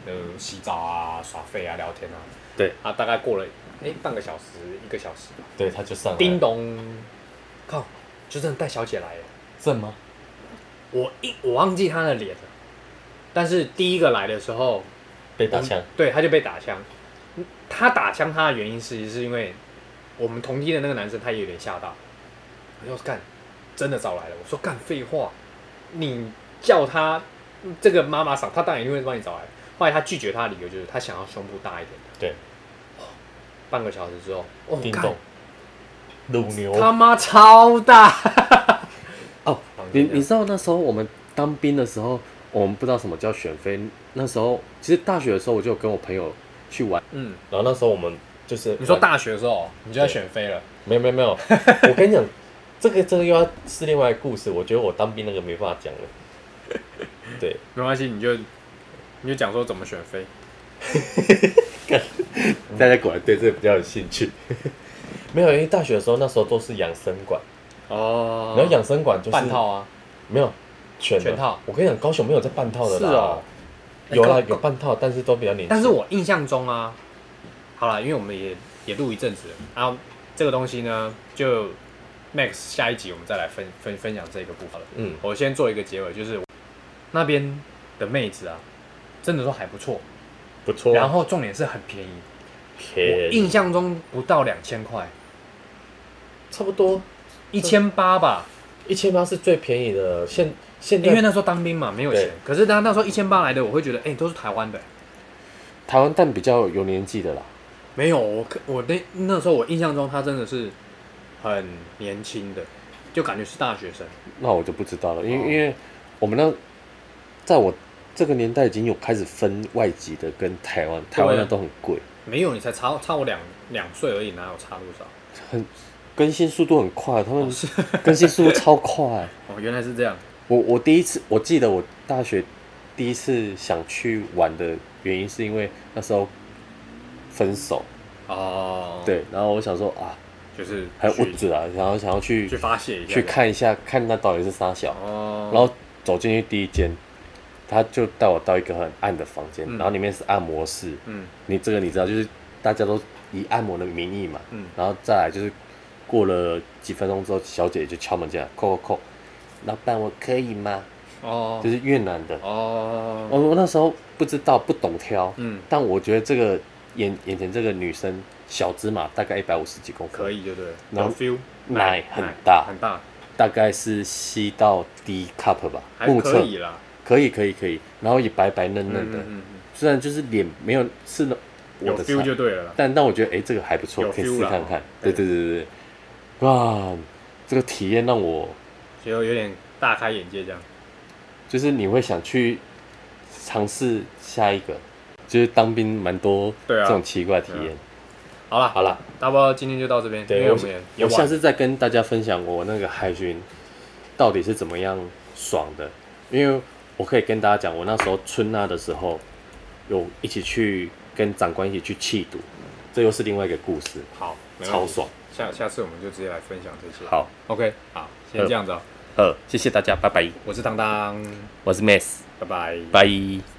[SPEAKER 2] 嗯，洗澡啊、耍废啊、聊天啊，
[SPEAKER 3] 对，
[SPEAKER 2] 啊，大概过了哎半个小时、一个小时吧，
[SPEAKER 4] 对，他就上来
[SPEAKER 2] 叮咚，靠，就真的带小姐来了。
[SPEAKER 4] 正吗？
[SPEAKER 2] 我一我忘记他的脸了，但是第一个来的时候，
[SPEAKER 3] 被打枪，
[SPEAKER 2] 对，他就被打枪。他打枪他的原因是是因为我们同梯的那个男生他也有点吓到，我说干，真的找来了。我说干废话，你叫他这个妈妈桑，他当然一定会帮你找来。后来他拒绝他的理由就是他想要胸部大一点的。
[SPEAKER 3] 对
[SPEAKER 2] 哦，半个小时之后，哦，
[SPEAKER 3] 叮
[SPEAKER 2] 干
[SPEAKER 3] 咚，乳牛，
[SPEAKER 2] 他妈超大。
[SPEAKER 3] 哦，你你知道那时候我们当兵的时候，我们不知道什么叫选妃。那时候其实大学的时候，我就有跟我朋友去玩，
[SPEAKER 2] 嗯，
[SPEAKER 3] 然后那时候我们就是呃
[SPEAKER 2] 你说大学的时候你就在选妃了，
[SPEAKER 3] 没有没有没 [laughs] 有，我跟你讲，这个这个又要是另外一个故事。我觉得我当兵那个没办法讲了。对，
[SPEAKER 2] 没关系，你就你就讲说怎么选妃。
[SPEAKER 3] 大家果然对这个比较有兴趣。 [laughs] 没有，因为大学的时候那时候都是养生馆，
[SPEAKER 2] 哦
[SPEAKER 3] 然后养生馆就是
[SPEAKER 2] 半套啊，
[SPEAKER 3] 没有全的
[SPEAKER 2] 全套。
[SPEAKER 3] 我跟你讲，高雄没有在半套的啦。
[SPEAKER 2] 是哦，
[SPEAKER 3] 有啦
[SPEAKER 2] 哎
[SPEAKER 3] 有半套，但是都比较年轻。
[SPEAKER 2] 但是我印象中啊，好了，因为我们也也录一阵子了啊，这个东西呢，就 Max 下一集我们再来分分分享这个部分了。
[SPEAKER 3] 嗯
[SPEAKER 2] 我先做一个结尾，就是那边的妹子啊，真的都还不错，
[SPEAKER 3] 不错，
[SPEAKER 2] 然后重点是很便宜，我
[SPEAKER 3] 便宜
[SPEAKER 2] 印象中不到两千块，
[SPEAKER 3] 差不多
[SPEAKER 2] 一千八吧，
[SPEAKER 3] 一千八是最便宜的，现现在
[SPEAKER 2] 因为那时候当兵嘛，没有钱
[SPEAKER 3] 对，
[SPEAKER 2] 可是他那时候一千八来的，我会觉得，哎、都是台湾的、
[SPEAKER 3] 台湾蛋比较有年纪的啦，
[SPEAKER 2] 没有，我可我那那时候我印象中他真的是很年轻的，就感觉是大学生。
[SPEAKER 3] 那我就不知道了，因为、
[SPEAKER 2] 哦
[SPEAKER 3] 因为我们那在我这个年代已经有开始分外籍的跟台湾，台湾的都很贵，
[SPEAKER 2] 没有，你才差差我两两岁而已，哪有差多少？
[SPEAKER 3] 更新速度很快，他们更新速度超快。
[SPEAKER 2] [laughs] 哦，原来是这样。
[SPEAKER 3] 我我第一次我记得我大学第一次想去玩的原因是因为那时候分手，
[SPEAKER 2] 哦，，
[SPEAKER 3] 对，然后我想说啊，
[SPEAKER 2] 就是
[SPEAKER 3] 还有物
[SPEAKER 2] 去
[SPEAKER 3] 质啊，然后想要去
[SPEAKER 2] 去发泄一下，
[SPEAKER 3] 去。看一下，看那到底是啥小。
[SPEAKER 2] 哦，
[SPEAKER 3] 然后走进去第一间，他就带我到一个很暗的房间，
[SPEAKER 2] 嗯
[SPEAKER 3] 然后里面是按摩室。
[SPEAKER 2] 嗯
[SPEAKER 3] 你这个你知道，就是大家都以按摩的名义嘛。
[SPEAKER 2] 嗯
[SPEAKER 3] 然后再来就是过了几分钟之后，小姐就敲门进来，扣扣扣，老板我可以吗？
[SPEAKER 2] 哦
[SPEAKER 3] 就是越南的。
[SPEAKER 2] 哦
[SPEAKER 3] 我我那时候不知道，不懂挑，
[SPEAKER 2] 嗯，
[SPEAKER 3] 但我觉得这个眼眼前这个女生小芝麻大概一百五十几公分，
[SPEAKER 2] 可以就对了，
[SPEAKER 3] 然后
[SPEAKER 2] 有 feel，
[SPEAKER 3] 奶很大
[SPEAKER 2] 很大，
[SPEAKER 3] 大概是 C 到 D cup 吧，
[SPEAKER 2] 还
[SPEAKER 3] 目
[SPEAKER 2] 可
[SPEAKER 3] 测
[SPEAKER 2] 以啦，
[SPEAKER 3] 可以可以可以，然后也白白嫩嫩的，
[SPEAKER 2] 嗯嗯嗯
[SPEAKER 3] 虽然就是脸没有是那
[SPEAKER 2] 嗯有
[SPEAKER 3] 我的
[SPEAKER 2] feel
[SPEAKER 3] 菜，
[SPEAKER 2] 就对了啦。
[SPEAKER 3] 但但我觉得哎、诶这个还不错，
[SPEAKER 2] 有
[SPEAKER 3] 可以
[SPEAKER 2] feel
[SPEAKER 3] 试
[SPEAKER 2] 啦哦
[SPEAKER 3] 看看。
[SPEAKER 2] 对
[SPEAKER 3] 对对对对对，哇，这个体验让我
[SPEAKER 2] 就有点大开眼界这样。
[SPEAKER 3] 就是你会想去尝试下一个，就是当兵蛮多
[SPEAKER 2] 对啊
[SPEAKER 3] 这种奇怪的体验。
[SPEAKER 2] 好了
[SPEAKER 3] 好啦，
[SPEAKER 2] 大包今天就到这边，
[SPEAKER 3] 对
[SPEAKER 2] 因为
[SPEAKER 3] 我
[SPEAKER 2] 我们也也
[SPEAKER 3] 我
[SPEAKER 2] 晚
[SPEAKER 3] 下
[SPEAKER 2] 了，
[SPEAKER 3] 次再跟大家分享我那个海军到底是怎么样爽的，因为我可以跟大家讲，我那时候春娜的时候有一起去跟长官一起去气毒，这又是另外一个故事，
[SPEAKER 2] 好，没问
[SPEAKER 3] 超
[SPEAKER 2] 题。
[SPEAKER 3] 爽。
[SPEAKER 2] 下下次我们就直接来分享这些。
[SPEAKER 3] 好，
[SPEAKER 2] ，OK，好，先这样子哦。
[SPEAKER 3] 呃，谢谢大家，拜拜，
[SPEAKER 2] 我是当当，
[SPEAKER 3] 我是 Mass，
[SPEAKER 2] 拜拜。
[SPEAKER 3] 拜。